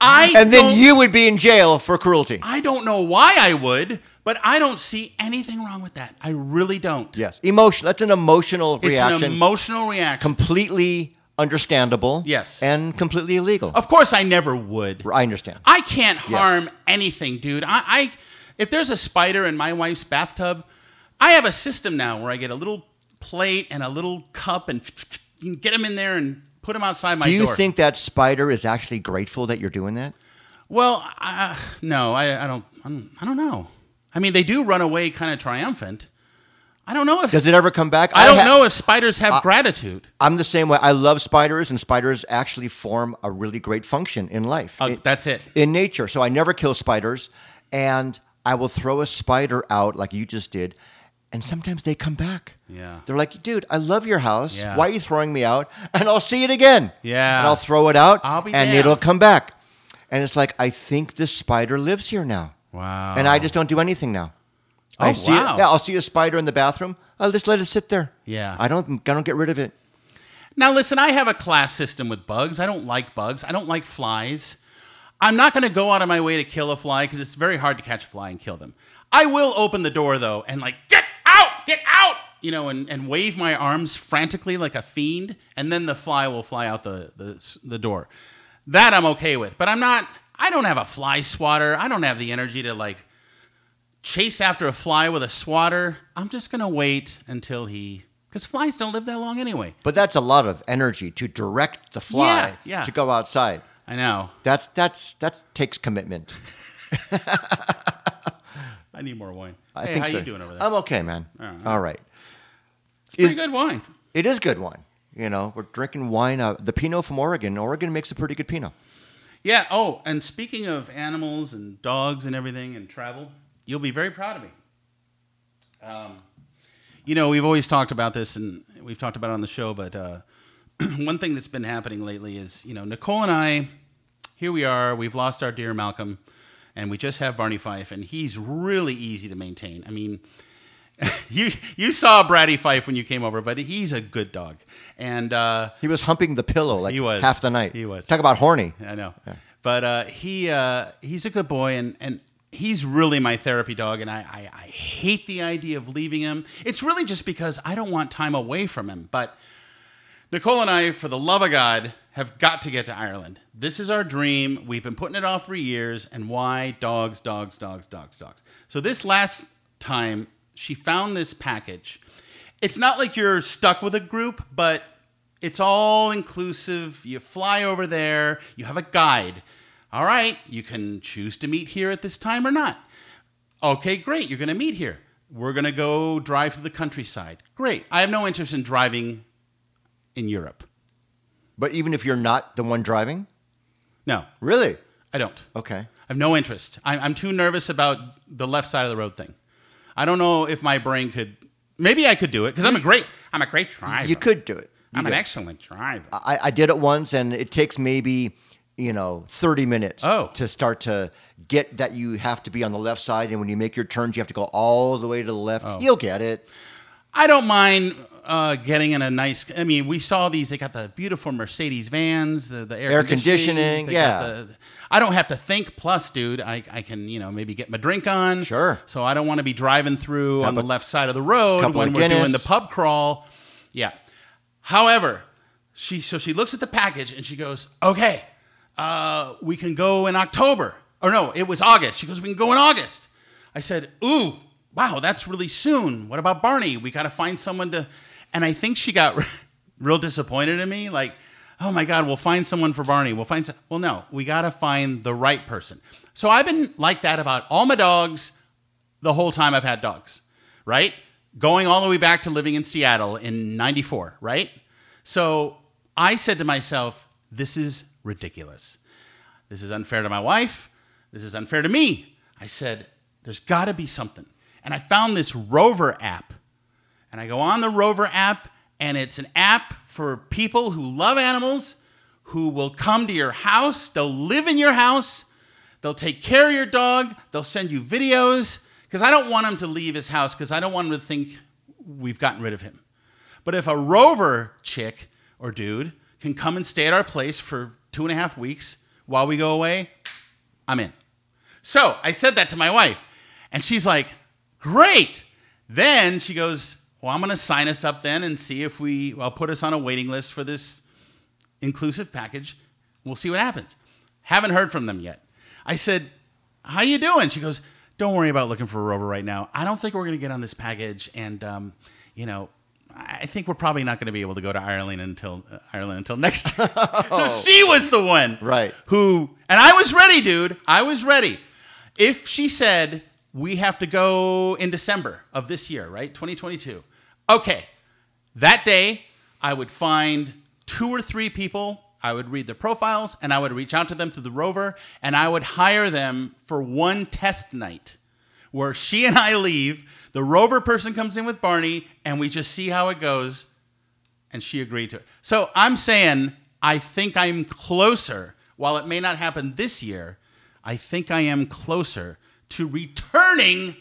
Speaker 2: I
Speaker 1: and
Speaker 2: don't-
Speaker 1: then you would be in jail for cruelty.
Speaker 2: I don't know why I would, but I don't see anything wrong with that. I really don't.
Speaker 1: Yes. Emotion that's an emotional
Speaker 2: It's
Speaker 1: reaction.
Speaker 2: an emotional reaction.
Speaker 1: completely understandable.
Speaker 2: Yes.
Speaker 1: And completely illegal.
Speaker 2: of course, I never would.
Speaker 1: I understand.
Speaker 2: I can't harm anything, dude. I, I if there's a spider in my wife's bathtub, I have a system now where I get a little plate and a little cup and [LAUGHS] you can get them in there and put them outside my
Speaker 1: Do you
Speaker 2: door.
Speaker 1: think that spider is actually grateful that you're doing that?
Speaker 2: Well, I, I- no, I, I don't. I don't. I don't know. I mean, they do run away kind of triumphant. I don't know if
Speaker 1: Does it ever come back?
Speaker 2: I don't
Speaker 1: ha-
Speaker 2: know if spiders have gratitude.
Speaker 1: I'm the same way. I love spiders, and spiders actually form a really great function in life,
Speaker 2: Uh,
Speaker 1: in,
Speaker 2: that's it.
Speaker 1: in nature. So I never kill spiders, and I will throw a spider out like you just did, and sometimes they come back.
Speaker 2: Yeah.
Speaker 1: They're like, dude, I love your house.
Speaker 2: Yeah.
Speaker 1: Why are you throwing me out? And I'll see it again.
Speaker 2: Yeah.
Speaker 1: And I'll throw it out,
Speaker 2: I'll be
Speaker 1: and
Speaker 2: damned.
Speaker 1: it'll come back. And it's like, I think this spider lives here now.
Speaker 2: Wow.
Speaker 1: And I just don't do anything now. I
Speaker 2: Oh,
Speaker 1: see
Speaker 2: wow.
Speaker 1: it. Yeah, I'll see a spider in the bathroom. I'll just let it sit there.
Speaker 2: Yeah.
Speaker 1: I don't I don't get rid of it.
Speaker 2: Now, listen, I have a class system with bugs. I don't like bugs. I don't like flies. I'm not going to go out of my way to kill a fly because it's very hard to catch a fly and kill them. I will open the door, though, and like, get out, get out, you know, and, and wave my arms frantically like a fiend, and then the fly will fly out the, the, the door. That I'm okay with. But I'm not, I don't have a fly swatter. I don't have the energy to like chase after a fly with a swatter. I'm just going to wait until he, because flies don't live that long anyway.
Speaker 1: But that's a lot of energy to direct the fly
Speaker 2: Yeah, yeah.
Speaker 1: to go outside.
Speaker 2: I know.
Speaker 1: That's that's that's takes commitment.
Speaker 2: I need more wine.
Speaker 1: I
Speaker 2: hey,
Speaker 1: think
Speaker 2: how
Speaker 1: so.
Speaker 2: you doing over there?
Speaker 1: I'm okay, man. All right.
Speaker 2: it's pretty
Speaker 1: is-
Speaker 2: good wine.
Speaker 1: It is good wine. You know, we're drinking wine. Uh, the Pinot from Oregon. Oregon makes a pretty good Pinot.
Speaker 2: Yeah. Oh, and speaking of animals and dogs and everything and travel, you'll be very proud of me. Um, you know, we've always talked about this, and we've talked about it on the show. But uh, [CLEARS THROAT] one thing that's been happening lately is, you know, Nicole and I, here we are. We've lost our dear Malcolm, and we just have Barney Fife, and he's really easy to maintain. I mean, [LAUGHS] you you saw Braddy Fife when you came over, but he's a good dog, and. Uh,
Speaker 1: He was humping the pillow like
Speaker 2: He was.
Speaker 1: half the night.
Speaker 2: He was.
Speaker 1: Talk about horny.
Speaker 2: I know. But uh, he uh, he's a good boy, and and he's really my therapy dog, and I, I I hate the idea of leaving him. It's really just because I don't want time away from him, but. Nicole and I, for the love of God, have got to get to Ireland. This is our dream. We've been putting it off for years. And why? Dogs, dogs, dogs, dogs, dogs. So this last time, she found this package. It's not like you're stuck with a group, but it's all inclusive. You fly over there, you have a guide. All right, you can choose to meet here at this time or not. Okay, great. You're going to meet here. We're going to go drive to the countryside. Great. I have no interest in driving in Europe.
Speaker 1: But even if you're not the one driving,
Speaker 2: No,
Speaker 1: really?
Speaker 2: I don't.
Speaker 1: Okay.
Speaker 2: I have no interest. I, I'm too nervous about the left side of the road thing. I don't know if my brain could. Maybe I could do it because I'm a great. I'm a great driver.
Speaker 1: You could do it. You
Speaker 2: I'm an
Speaker 1: could.
Speaker 2: excellent driver.
Speaker 1: I, I did it once, and it takes maybe you know 30 minutes
Speaker 2: Oh.
Speaker 1: to start to get that you have to be on the left side, and when you make your turns, you have to go all the way to the left.
Speaker 2: Oh.
Speaker 1: You'll get it.
Speaker 2: I don't mind uh, getting in a nice. I mean, we saw these. They got the beautiful Mercedes vans, the, the air,
Speaker 1: Air conditioning,
Speaker 2: they got
Speaker 1: yeah.
Speaker 2: the- I don't have to think. Plus, dude, I, I can you know maybe get my drink on.
Speaker 1: Sure.
Speaker 2: So I don't want to be driving through on the left side of the road
Speaker 1: couple
Speaker 2: when
Speaker 1: of
Speaker 2: we're doing
Speaker 1: Guinness.
Speaker 2: the pub crawl. Yeah. However, she so she looks at the package and she goes, "Okay, uh, we can go in October." Or no, it was August. She goes, "We can go in August." I said, "Ooh, wow, that's really soon. What about Barney? We got to find someone to." And I think she got [LAUGHS] real disappointed in me, like, "Oh my God, we'll find someone for Barney. We'll find some." Well, no, we got to find the right person. So I've been like that about all my dogs the whole time I've had dogs, right? Going all the way back to living in Seattle in 94, right? So I said to myself, this is ridiculous. This is unfair to my wife. This is unfair to me. I said, there's got to be something. And I found this Rover app. And I go on the Rover app, and it's an app for people who love animals, who will come to your house. They'll live in your house. They'll take care of your dog. They'll send you videos. Because I don't want him to leave his house because I don't want him to think we've gotten rid of him. But if a rover chick or dude can come and stay at our place for two and a half weeks while we go away, I'm in. So I said that to my wife, and she's like, Great. Then she goes, Well, I'm going to sign us up then and see if we, I'll put us on a waiting list for this inclusive package. We'll see what happens. Haven't heard from them yet. I said, "How you doing?" She goes, "Don't worry about looking for a rover right now. I don't think we're going to get on this package, and um, you know, I I think we're probably not going to be able to go to Ireland until uh, Ireland until next." [LAUGHS] year." so she was the one,
Speaker 1: Right.
Speaker 2: Who and I was ready, dude. I was ready. If she said we have to go in December of this year, right, 2022, okay. That day, I would find two or three people. I would read their profiles and I would reach out to them through the rover and I would hire them for one test night where she and I leave. The rover person comes in with Barney and we just see how it goes. And she agreed to it. So I'm saying, I think I'm closer. While it may not happen this year, I think I am closer to returning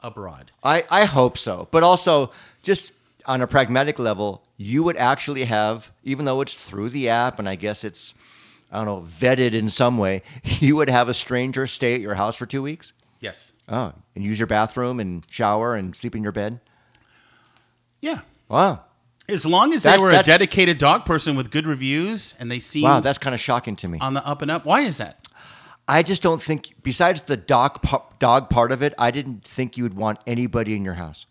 Speaker 2: abroad.
Speaker 1: I, I hope so. But also, just on a pragmatic level, you would actually have, even though it's through the app and I guess it's, I don't know, vetted in some way, [LAUGHS] you would have a stranger stay at your house for two weeks.
Speaker 2: Yes.
Speaker 1: Oh, and use your bathroom and shower and sleep in your bed.
Speaker 2: Yeah.
Speaker 1: Wow.
Speaker 2: As long as
Speaker 1: That-
Speaker 2: they were a
Speaker 1: that's-
Speaker 2: dedicated dog person with good reviews and they seemed
Speaker 1: Wow, that's kind of shocking to me.
Speaker 2: on the up and up. Why is that?
Speaker 1: I just don't think, besides the dog, pa- dog part of it, I didn't think you would want anybody in your house.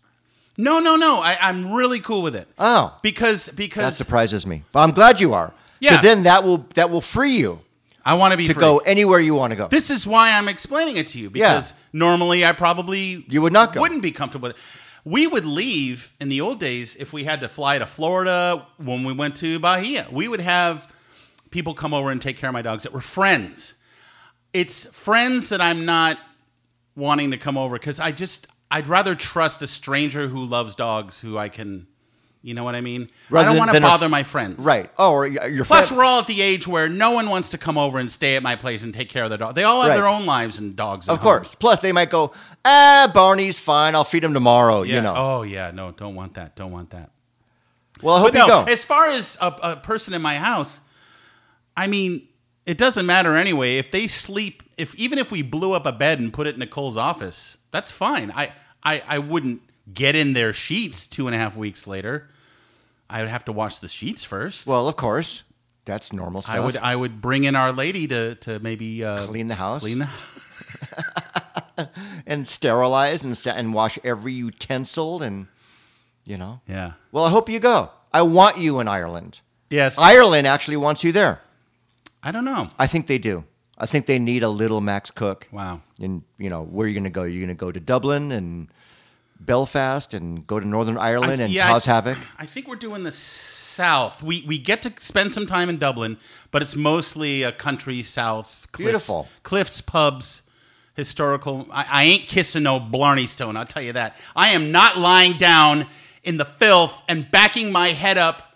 Speaker 2: No, no, no. I, I'm really cool with it.
Speaker 1: Oh.
Speaker 2: Because
Speaker 1: That
Speaker 2: because
Speaker 1: surprises me. But I'm glad you are. 'Cause
Speaker 2: Yeah.
Speaker 1: Then that will that will free you
Speaker 2: I want to be
Speaker 1: to
Speaker 2: free.
Speaker 1: go anywhere you want to go.
Speaker 2: This is why I'm explaining it to you
Speaker 1: Yeah.
Speaker 2: because normally I probably
Speaker 1: You would not go.
Speaker 2: wouldn't be comfortable with it. We would leave in the old days if we had to fly to Florida when we went to Bahia. We would have people come over and take care of my dogs that were friends. It's friends that I'm not wanting to come over because I just I'd rather trust a stranger who loves dogs who I can, you know what I mean.
Speaker 1: Rather
Speaker 2: I don't
Speaker 1: than-
Speaker 2: want to
Speaker 1: than a f-
Speaker 2: bother my friends,
Speaker 1: Right. Oh, or y- your
Speaker 2: Plus,
Speaker 1: fam-
Speaker 2: we're all at the age where no one wants to come over and stay at my place and take care of their dog. They all have
Speaker 1: Right.
Speaker 2: their own lives and dogs. and
Speaker 1: Of course.
Speaker 2: homes.
Speaker 1: Plus, they might go, ah, Barney's fine. I'll feed him tomorrow.
Speaker 2: Yeah.
Speaker 1: You know.
Speaker 2: Oh yeah. No, don't want that. Don't want that.
Speaker 1: well, I hope
Speaker 2: But no,
Speaker 1: you don't.
Speaker 2: as far as a, a person in my house, I mean, it doesn't matter anyway. If they sleep, if even if we blew up a bed and put it in Nicole's office, that's fine. I I, I wouldn't get in their sheets two and a half weeks later. I would have to wash the sheets first.
Speaker 1: Well, of course. That's normal stuff.
Speaker 2: I would I would bring in our lady to to maybe uh,
Speaker 1: clean the house
Speaker 2: clean the
Speaker 1: [LAUGHS]
Speaker 2: [LAUGHS]
Speaker 1: and sterilize and sa- and wash every utensil and you know.
Speaker 2: yeah
Speaker 1: Well, I hope you go. I want you in Ireland.
Speaker 2: yes
Speaker 1: Ireland actually wants you there.
Speaker 2: I don't know.
Speaker 1: I think they do. I think they need a little Max Cook.
Speaker 2: Wow.
Speaker 1: And you know where are you going to go? You're going to go to Dublin and Belfast and go to Northern Ireland
Speaker 2: I-
Speaker 1: and
Speaker 2: yeah, I-
Speaker 1: cause havoc.
Speaker 2: I think we're doing the south. We we get to spend some time in Dublin, but it's mostly a country south. Cliffs,
Speaker 1: Beautiful.
Speaker 2: cliffs, pubs, historical. I, I ain't kissing no Blarney Stone. I'll tell you that. I am not lying down in the filth and backing my head up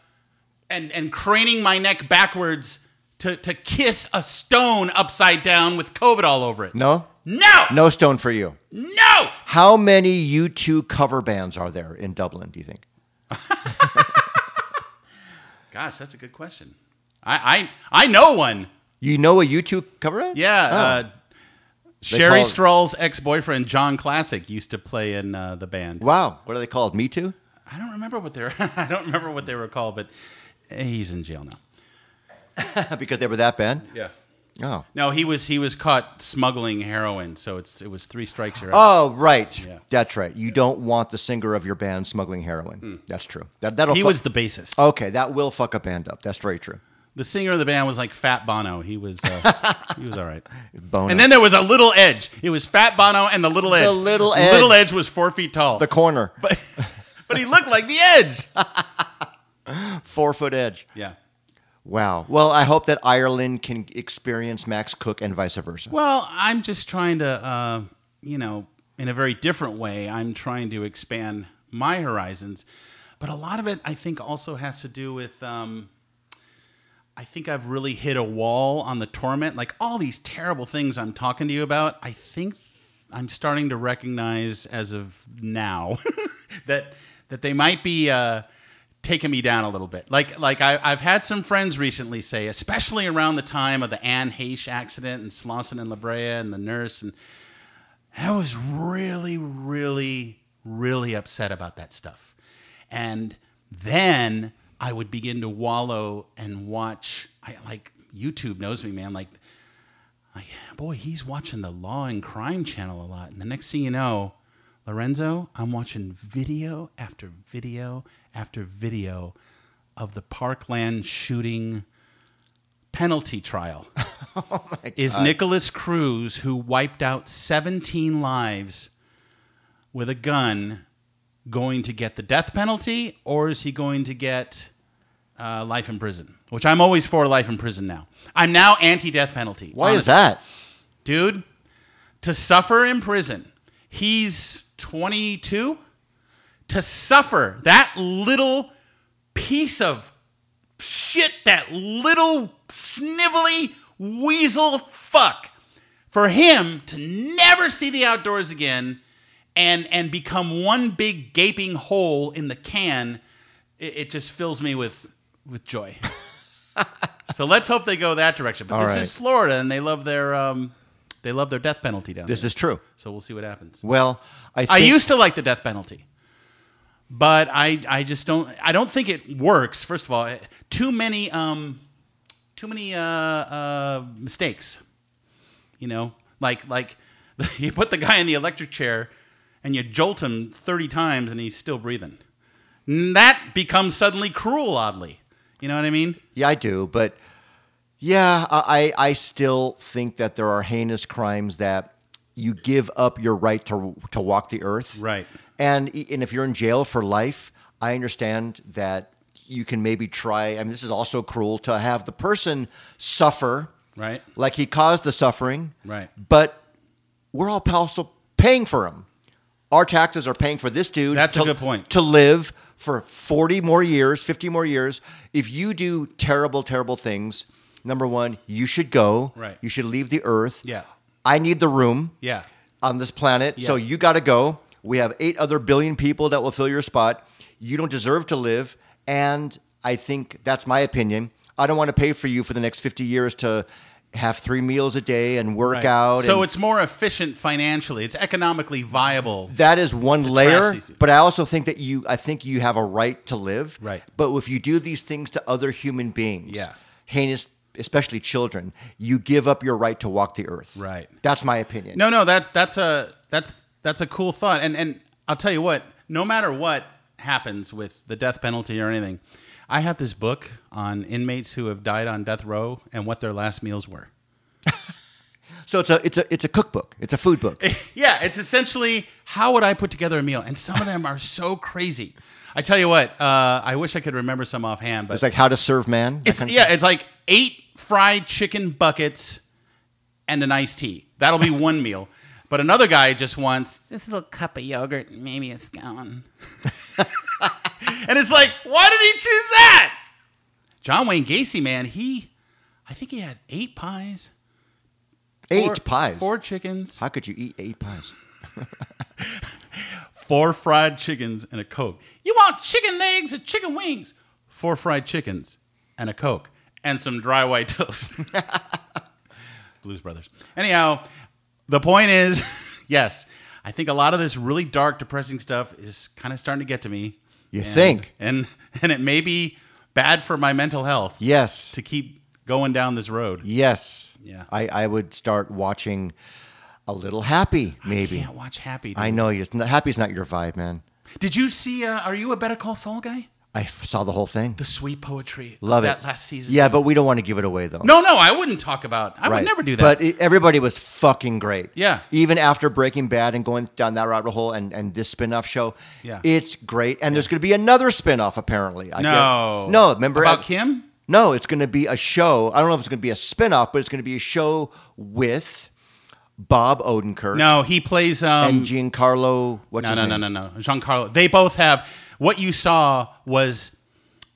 Speaker 2: and and craning my neck backwards to to kiss a stone upside down with COVID all over it.
Speaker 1: No,
Speaker 2: no,
Speaker 1: no stone for you.
Speaker 2: no.
Speaker 1: How many U2 cover bands are there in Dublin? Do you think?
Speaker 2: Gosh, that's a good question. I I, I know one.
Speaker 1: You know a U2 cover band?
Speaker 2: Yeah.
Speaker 1: Oh.
Speaker 2: Uh, Sherry
Speaker 1: call-
Speaker 2: Stroll's ex boyfriend, John Classic, used to play in uh, the band.
Speaker 1: wow. What are they called? Me Too. [LAUGHS]
Speaker 2: I don't remember what they were, [LAUGHS] I don't remember what they were called, but eh, he's in jail now.
Speaker 1: because they were that band.
Speaker 2: Yeah.
Speaker 1: Oh.
Speaker 2: No, he was he was caught smuggling heroin, so it's it was three strikes you're out.
Speaker 1: Oh right, that's right. You don't want the singer of your band smuggling heroin. That's true. That that'll.
Speaker 2: he
Speaker 1: fu-
Speaker 2: was the bassist.
Speaker 1: okay. That will fuck a band up. That's very true.
Speaker 2: The singer of the band was like Fat Bono. He was
Speaker 1: [LAUGHS]
Speaker 2: uh, he was all right.
Speaker 1: Bono.
Speaker 2: And then there was a little edge. It was Fat Bono and the little edge.
Speaker 1: Little
Speaker 2: Little
Speaker 1: Edge.
Speaker 2: edge was four feet tall.
Speaker 1: the corner,
Speaker 2: but [LAUGHS] but he looked like the edge.
Speaker 1: four foot edge.
Speaker 2: Yeah.
Speaker 1: Wow. Well, I hope that Ireland can experience Max Cook and vice versa.
Speaker 2: Well, I'm just trying to, uh, you know, in a very different way, I'm trying to expand my horizons. But a lot of it, I think, also has to do with. Um, I think I've really hit a wall on the torment. Like all these terrible things I'm talking to you about, I think I'm starting to recognize as of now [LAUGHS] that that they might be uh, taking me down a little bit. Like like I, I've had some friends recently say, especially around the time of the Anne Heche accident and Slauson and La Brea and the nurse, and I was really really really upset about that stuff. And then I would begin to wallow and watch. I like YouTube knows me, man. Like like, boy, he's watching the Law and Crime channel a lot. And the next thing you know, Lorenzo, I'm watching video after video after video of the Parkland shooting
Speaker 1: [LAUGHS]
Speaker 2: penalty trial.
Speaker 1: Oh
Speaker 2: Is Nicholas Cruz, who wiped out 17 lives with a gun, going to get the death penalty or is he going to get uh, life in prison? Which I'm always for life in prison now. I'm now anti death penalty.
Speaker 1: Why is
Speaker 2: honestly
Speaker 1: that?
Speaker 2: dude to suffer in prison he's 22 to suffer that little piece of shit that little snivelly weasel fuck for him to never see the outdoors again and and become one big gaping hole in the can, it, it just fills me with with
Speaker 1: [LAUGHS]
Speaker 2: joy. so let's hope they go that direction. But
Speaker 1: All
Speaker 2: this
Speaker 1: right.
Speaker 2: is Florida, and they love their um, they love their death penalty down
Speaker 1: This
Speaker 2: there.
Speaker 1: is true.
Speaker 2: so we'll see what happens.
Speaker 1: Well, I think,
Speaker 2: I used to like the death penalty, but I I just don't I don't think it works. First of all, eh, too many um too many uh, uh mistakes. You know, like like [LAUGHS] you put the guy in the electric chair and you jolt him thirty times and he's still breathing. N- That becomes suddenly cruel, oddly. You know what I mean?
Speaker 1: Yeah, I do, but yeah, I I I still think that there are heinous crimes that you give up your right to to walk the earth.
Speaker 2: Right.
Speaker 1: And and if you're in jail for life, I understand that you can maybe try. I mean, this is also cruel to have the person suffer
Speaker 2: Right.
Speaker 1: like he caused the suffering.
Speaker 2: Right.
Speaker 1: But we're all also paying for him. Our taxes are paying for this dude.
Speaker 2: That's a
Speaker 1: to-
Speaker 2: good point.
Speaker 1: To live for 40 more years, 50 more years. If you do terrible, terrible things, number one, you should go.
Speaker 2: Right.
Speaker 1: You should leave the earth.
Speaker 2: Yeah.
Speaker 1: I need the room
Speaker 2: Yeah.
Speaker 1: on this planet. So you got to go. We have eight other billion people that will fill your spot. You don't deserve to live. And I think that's my opinion. I don't want to pay for you for the next 50 years to have three meals a day and work
Speaker 2: Right.
Speaker 1: out.
Speaker 2: So
Speaker 1: and
Speaker 2: it's more efficient financially. It's economically viable.
Speaker 1: that is one layer.
Speaker 2: these-
Speaker 1: But I also think that you, I think you have a right to live.
Speaker 2: Right.
Speaker 1: But if you do these things to other human beings,
Speaker 2: Yeah.
Speaker 1: heinous, especially children, you give up your right to walk the earth.
Speaker 2: Right.
Speaker 1: That's my opinion.
Speaker 2: No, no, that's that's a that's that's a cool thought. And and I'll tell you what, no matter what happens with the death penalty or anything, I have this book on inmates who have died on death row and what their last meals were.
Speaker 1: So it's a, it's a, it's a cookbook. It's a food book.
Speaker 2: Yeah, it's essentially how would I put together a meal? And some of them are so crazy. I tell you what, uh, I wish I could remember some offhand, but
Speaker 1: It's like how to serve man. that
Speaker 2: It's
Speaker 1: kind of
Speaker 2: yeah, it's like eight fried chicken buckets and an iced tea. That'll be one meal. But another guy just wants just a little cup of yogurt and maybe a scone. [LAUGHS] and it's like, why did he choose that? John Wayne Gacy, man, he I think he had eight pies.
Speaker 1: Eight
Speaker 2: four-
Speaker 1: pies.
Speaker 2: Four chickens.
Speaker 1: How could you eat eight pies?
Speaker 2: Four fried chickens and a Coke. You want chicken legs or chicken wings? Four fried chickens and a Coke and some dry white toast. [LAUGHS] Blues Brothers. Anyhow, the point is [LAUGHS] yes, I think a lot of this really dark, depressing stuff is kind of starting to get to me.
Speaker 1: You
Speaker 2: And-
Speaker 1: think?
Speaker 2: And, and it may be bad for my mental health
Speaker 1: Yes.
Speaker 2: to keep going down this road.
Speaker 1: Yes.
Speaker 2: Yeah.
Speaker 1: I, I would start watching a little happy, maybe.
Speaker 2: Can't watch Happy.
Speaker 1: I,
Speaker 2: dude.
Speaker 1: know you. Happy's not your vibe, man.
Speaker 2: Did you see, uh, are you a Better Call Saul guy?
Speaker 1: I f- saw the whole thing.
Speaker 2: The sweet poetry. of
Speaker 1: Love
Speaker 2: that
Speaker 1: it.
Speaker 2: last season.
Speaker 1: Yeah, but we don't want to give it away, though.
Speaker 2: No, no, I wouldn't talk about. I would never do that.
Speaker 1: But it, everybody was fucking great.
Speaker 2: Yeah.
Speaker 1: Even after Breaking Bad and going down that rabbit hole and, and this spin off show.
Speaker 2: Yeah.
Speaker 1: It's great. And there's going to be another spin off, apparently. I
Speaker 2: no,
Speaker 1: Get, no, remember?
Speaker 2: about
Speaker 1: at-
Speaker 2: Kim?
Speaker 1: No, it's going to be a show. I don't know if it's going to be a spin-off, but it's going to be a show with Bob Odenkirk
Speaker 2: No, he plays.
Speaker 1: and
Speaker 2: Um,
Speaker 1: Giancarlo. What's
Speaker 2: no,
Speaker 1: his
Speaker 2: no, no,
Speaker 1: name?
Speaker 2: no, no, Giancarlo. They both have. What you saw was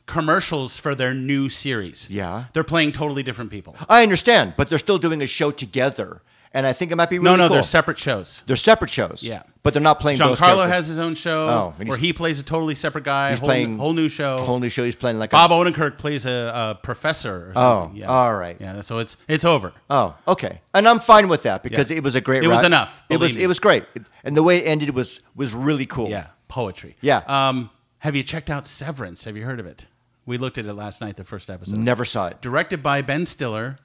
Speaker 2: commercials for their new series.
Speaker 1: Yeah.
Speaker 2: they're playing totally different people.
Speaker 1: I understand, but they're still doing a show together, and I think it might be
Speaker 2: No,
Speaker 1: really
Speaker 2: no,
Speaker 1: cool.
Speaker 2: they're separate shows.
Speaker 1: They're separate shows.
Speaker 2: Yeah.
Speaker 1: but they're not playing. those
Speaker 2: Giancarlo
Speaker 1: characters.
Speaker 2: has his own show
Speaker 1: Oh, and he's-
Speaker 2: where he plays a totally separate guy.
Speaker 1: He's
Speaker 2: whole,
Speaker 1: playing-
Speaker 2: whole new
Speaker 1: a
Speaker 2: show.
Speaker 1: whole new show. He's playing like
Speaker 2: Bob Odenkirk plays a, a professor. Or something. yeah.
Speaker 1: Oh, all right.
Speaker 2: Yeah, so it's it's over.
Speaker 1: a. Oh, okay, and I'm fine with that because
Speaker 2: Yeah.
Speaker 1: it was a great.
Speaker 2: It was
Speaker 1: ride.
Speaker 2: enough,
Speaker 1: It was
Speaker 2: believe me.
Speaker 1: it was great, and the way it ended was was really cool.
Speaker 2: Yeah, poetry.
Speaker 1: Yeah.
Speaker 2: Um, have you checked out Severance? Have you heard of it? We looked at it last night, the first episode.
Speaker 1: never saw it.
Speaker 2: Directed by Ben Stiller.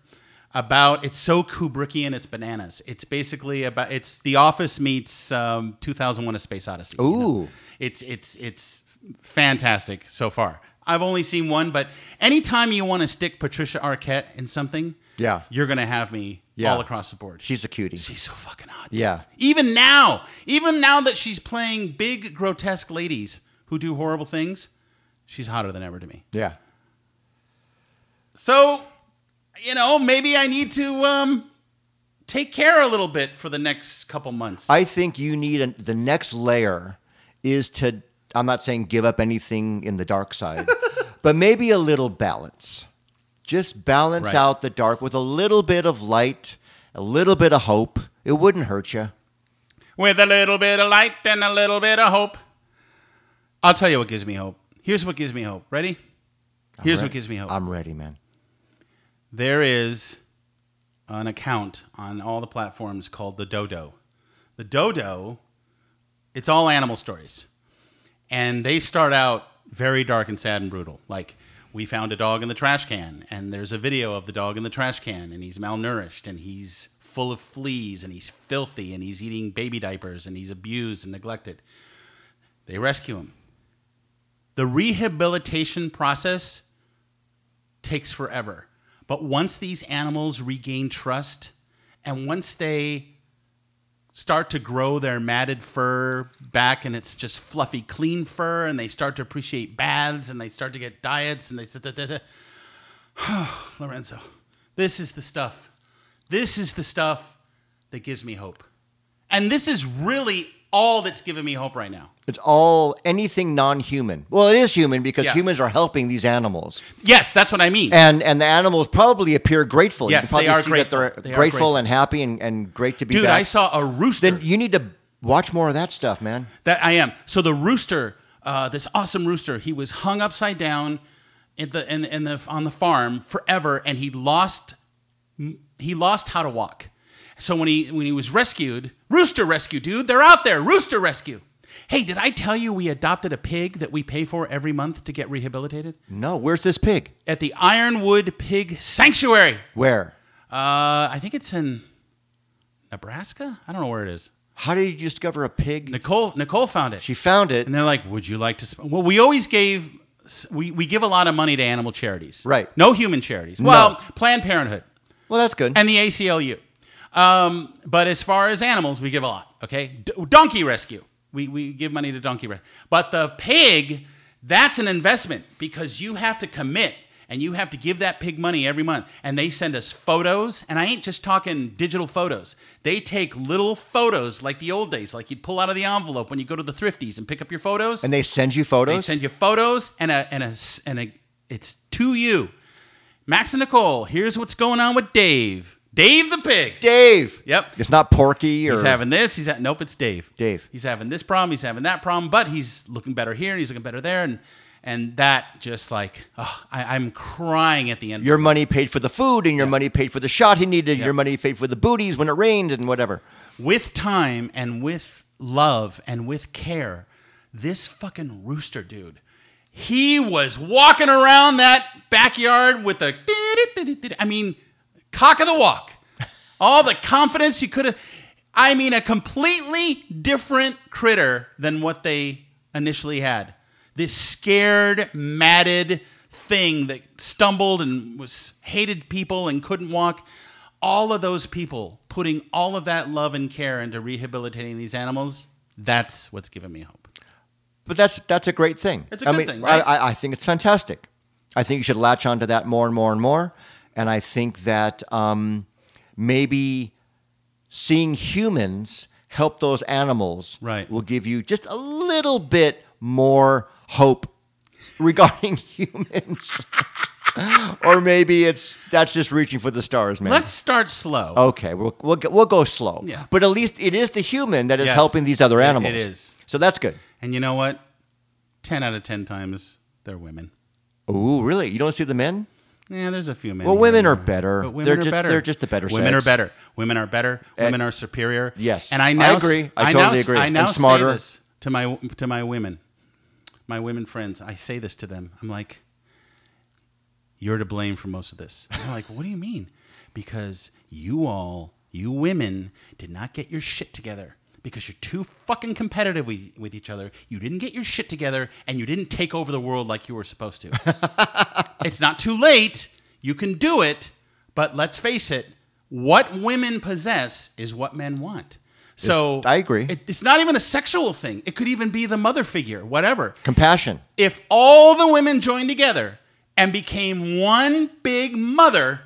Speaker 2: About it's so Kubrickian, it's bananas. It's basically about it's The Office meets um, 2001: A Space Odyssey. you know?
Speaker 1: Ooh.
Speaker 2: it's it's it's fantastic so far. I've only seen one, but anytime you want to stick Patricia Arquette in something,
Speaker 1: Yeah.
Speaker 2: you're gonna have me
Speaker 1: Yeah.
Speaker 2: all across the board.
Speaker 1: She's a cutie.
Speaker 2: She's so fucking hot.
Speaker 1: Yeah.
Speaker 2: Even now, even now that she's playing big, grotesque ladies who do horrible things, she's hotter than ever to me.
Speaker 1: yeah,
Speaker 2: So, you know, maybe I need to um, take care a little bit for the next couple months.
Speaker 1: I think you need an, the next layer is to. I'm not saying give up anything in the dark
Speaker 2: [LAUGHS]
Speaker 1: side, but maybe a little balance. Just balance
Speaker 2: Right.
Speaker 1: out the dark with a little bit of light, a little bit of hope. It wouldn't hurt you.
Speaker 2: with a little bit of light and a little bit of hope. I'll tell you what gives me hope. Here's what gives me hope. Ready? Here's what
Speaker 1: ready.
Speaker 2: gives me hope.
Speaker 1: I'm ready, man.
Speaker 2: there is an account on all the platforms called the Dodo. The Dodo, it's all animal stories. And they start out very dark and sad and brutal. Like, we found a dog in the trash can, and there's a video of the dog in the trash can, and he's malnourished, and he's full of fleas, and he's filthy, and he's eating baby diapers, and he's abused and neglected. They rescue him. The rehabilitation process takes forever. But once these animals regain trust and once they start to grow their matted fur back and it's just fluffy, clean fur, and they start to appreciate baths and they start to get diets and they. s- da- [SIGHS] da- da- Lorenzo, this is the stuff. This is the stuff that gives me hope. And this is really all that's giving me hope right now.
Speaker 1: It's all anything non-human. Well, it is human because
Speaker 2: Yeah.
Speaker 1: humans are helping these animals,
Speaker 2: Yes, that's what I mean.
Speaker 1: and and the animals probably appear grateful.
Speaker 2: Yes,
Speaker 1: you can probably
Speaker 2: they are
Speaker 1: see
Speaker 2: grateful.
Speaker 1: that they're
Speaker 2: They are
Speaker 1: grateful,
Speaker 2: grateful.
Speaker 1: and happy and, and great to be
Speaker 2: Dude,
Speaker 1: back.
Speaker 2: I saw a rooster.
Speaker 1: then you need to watch more of that stuff, man.
Speaker 2: That I am. So the rooster, uh, this awesome rooster, he was hung upside down in the in, in the on the farm forever, and he lost he lost how to walk. So when he when he was rescued, rooster rescue, dude, they're out there, rooster rescue. Hey, did I tell you we adopted a pig that we pay for every month to get rehabilitated
Speaker 1: No, where's this pig?
Speaker 2: at the Ironwood Pig Sanctuary?
Speaker 1: Where?
Speaker 2: Uh, I think it's in Nebraska. I don't know where it is.
Speaker 1: How did you discover a pig?
Speaker 2: Nicole Nicole found it.
Speaker 1: She found it.
Speaker 2: and they're like, "Would you like to?" Sp-? Well, we always gave we we give a lot of money to animal charities,
Speaker 1: Right.
Speaker 2: No human charities. Well, Planned Parenthood
Speaker 1: Well, that's good.
Speaker 2: and the ACLU. Um, but as far as animals, we give a lot. Okay, D- donkey rescue. We we give money to donkey rescue. But the pig, that's an investment because you have to commit. And you have to give that pig money every month. And they send us photos. And I ain't just talking digital photos. They take little photos like the old days, like you'd pull out of the envelope when you go to the thrifties and pick up your photos.
Speaker 1: And they send you photos.
Speaker 2: They send you photos and a and a s- and a. It's to you, Max and Nicole. Here's what's going on with Dave. Dave the pig.
Speaker 1: Dave.
Speaker 2: Yep.
Speaker 1: It's not Porky or
Speaker 2: He's having this. He's at nope. It's Dave.
Speaker 1: Dave.
Speaker 2: He's having this problem. He's having that problem. But he's looking better here and he's looking better there and and that just like oh, I, I'm crying at the end.
Speaker 1: your money paid for the food and your money paid for the shot he needed.
Speaker 2: Yeah.
Speaker 1: Your money paid for the booties when it rained and whatever.
Speaker 2: with time and with love and with care, this fucking rooster dude, he was walking around that backyard with a. I mean, cock of the walk. All the confidence he could have. I mean, a completely different critter than what they initially had. This scared, matted thing that stumbled and was hated people and couldn't walk. All of those people putting all of that love and care into rehabilitating these animals, that's what's giving me hope.
Speaker 1: But that's that's a great thing.
Speaker 2: It's a
Speaker 1: I
Speaker 2: good
Speaker 1: mean,
Speaker 2: thing, right?
Speaker 1: I, I, I think it's fantastic. I think you should latch onto that more and more and more. And I think that um, maybe seeing humans help those animals
Speaker 2: Right.
Speaker 1: will give you just a little bit more hope [LAUGHS] regarding [LAUGHS] humans. [LAUGHS] or maybe it's that's just reaching for the stars, man.
Speaker 2: Let's start slow.
Speaker 1: Okay, we'll we'll go, we'll go slow.
Speaker 2: Yeah.
Speaker 1: But at least it is the human that is
Speaker 2: Yes.
Speaker 1: helping these other
Speaker 2: It- it
Speaker 1: animals.
Speaker 2: is.
Speaker 1: So that's good.
Speaker 2: And you know what? 10 out of 10 times, they're women.
Speaker 1: Ooh, really? You don't see the men?
Speaker 2: Yeah, there's a few men.
Speaker 1: Well,
Speaker 2: here
Speaker 1: women
Speaker 2: and
Speaker 1: are
Speaker 2: there.
Speaker 1: better.
Speaker 2: But women
Speaker 1: They're
Speaker 2: are
Speaker 1: ju-
Speaker 2: better.
Speaker 1: they're just the better sex.
Speaker 2: Women
Speaker 1: Eh,
Speaker 2: are better. Women are better. Women are superior.
Speaker 1: yes.
Speaker 2: And I
Speaker 1: I
Speaker 2: now
Speaker 1: agree. I
Speaker 2: now
Speaker 1: totally
Speaker 2: s-
Speaker 1: agree.
Speaker 2: I now
Speaker 1: And
Speaker 2: say
Speaker 1: smarter.
Speaker 2: this to my to my women, my women friends. I say this to them. I'm like, you're to blame for most of this. And they're like, what do you mean? Because you all, you women, did not get your shit together. Because you're too fucking competitive with, with each other. You didn't get your shit together and you didn't take over the world like you were supposed to.
Speaker 1: [LAUGHS]
Speaker 2: it's not too late. You can do it, but let's face it, what women possess is what men want. So
Speaker 1: I agree.
Speaker 2: It, it's not even a sexual thing. It could even be the mother figure, whatever.
Speaker 1: Compassion.
Speaker 2: If all the women joined together and became one big mother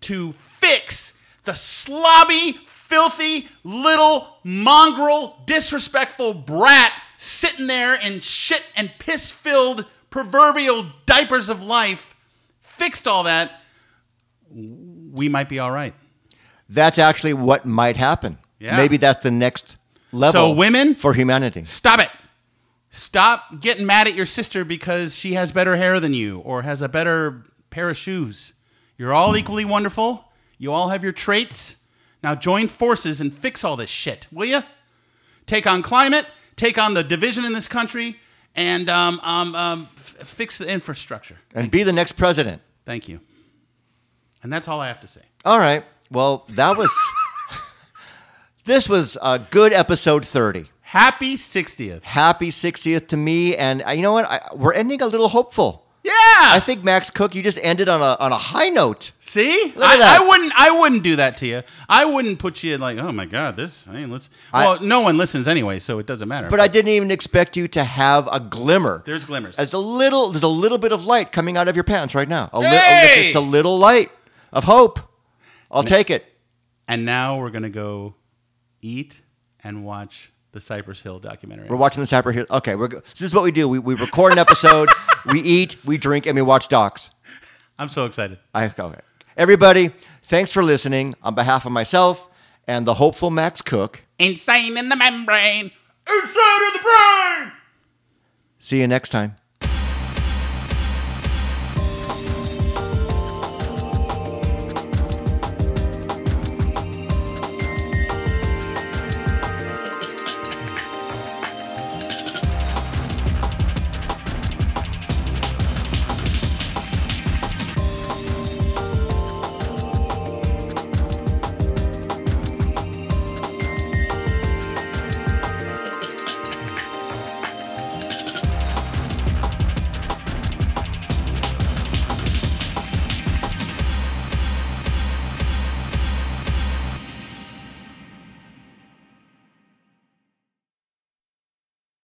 Speaker 2: to fix the slobby, filthy, little, mongrel, disrespectful brat sitting there in shit and piss filled proverbial diapers of life, fixed all that, we might be all right.
Speaker 1: That's actually what might happen.
Speaker 2: Yeah.
Speaker 1: Maybe that's the next level.
Speaker 2: So women,
Speaker 1: for humanity.
Speaker 2: stop it. Stop getting mad at your sister because she has better hair than you or has a better pair of shoes. You're all equally wonderful. You all have your traits. Now join forces and fix all this shit, will you? Take on climate, take on the division in this country, and um, um, um, f- fix the infrastructure.
Speaker 1: And be the next president.
Speaker 2: Thank you. And that's all I have to say.
Speaker 1: All right. Well, that was. [LAUGHS] this was a good episode 30.
Speaker 2: Happy 60th.
Speaker 1: Happy 60th to me. And uh, you know what? I, we're ending a little hopeful.
Speaker 2: Yeah.
Speaker 1: I think Max Cook, you just ended on a, on a high note.
Speaker 2: See,
Speaker 1: Look at
Speaker 2: I,
Speaker 1: that.
Speaker 2: I wouldn't. I wouldn't do that to you. I wouldn't put you in like, oh my god, this. I mean, let's. Well, no one listens anyway, so it doesn't matter.
Speaker 1: But I didn't even expect you to have a glimmer.
Speaker 2: there's glimmers.
Speaker 1: There's a little, there's a little bit of light coming out of your pants right now. A li- a li-
Speaker 2: Hey!
Speaker 1: just a little light of hope. I'll take it.
Speaker 2: and now we're gonna go eat and watch the Cypress Hill documentary.
Speaker 1: We're watching this hyper here. Okay, we're, go- this is what we do. We, we record an episode, [LAUGHS] we eat, we drink, and we watch docs.
Speaker 2: I'm so excited.
Speaker 1: I okay. Everybody, thanks for listening. On behalf of myself and the hopeful Max Cook,
Speaker 2: Insane in the membrane. Inside of the brain.
Speaker 1: see you next time.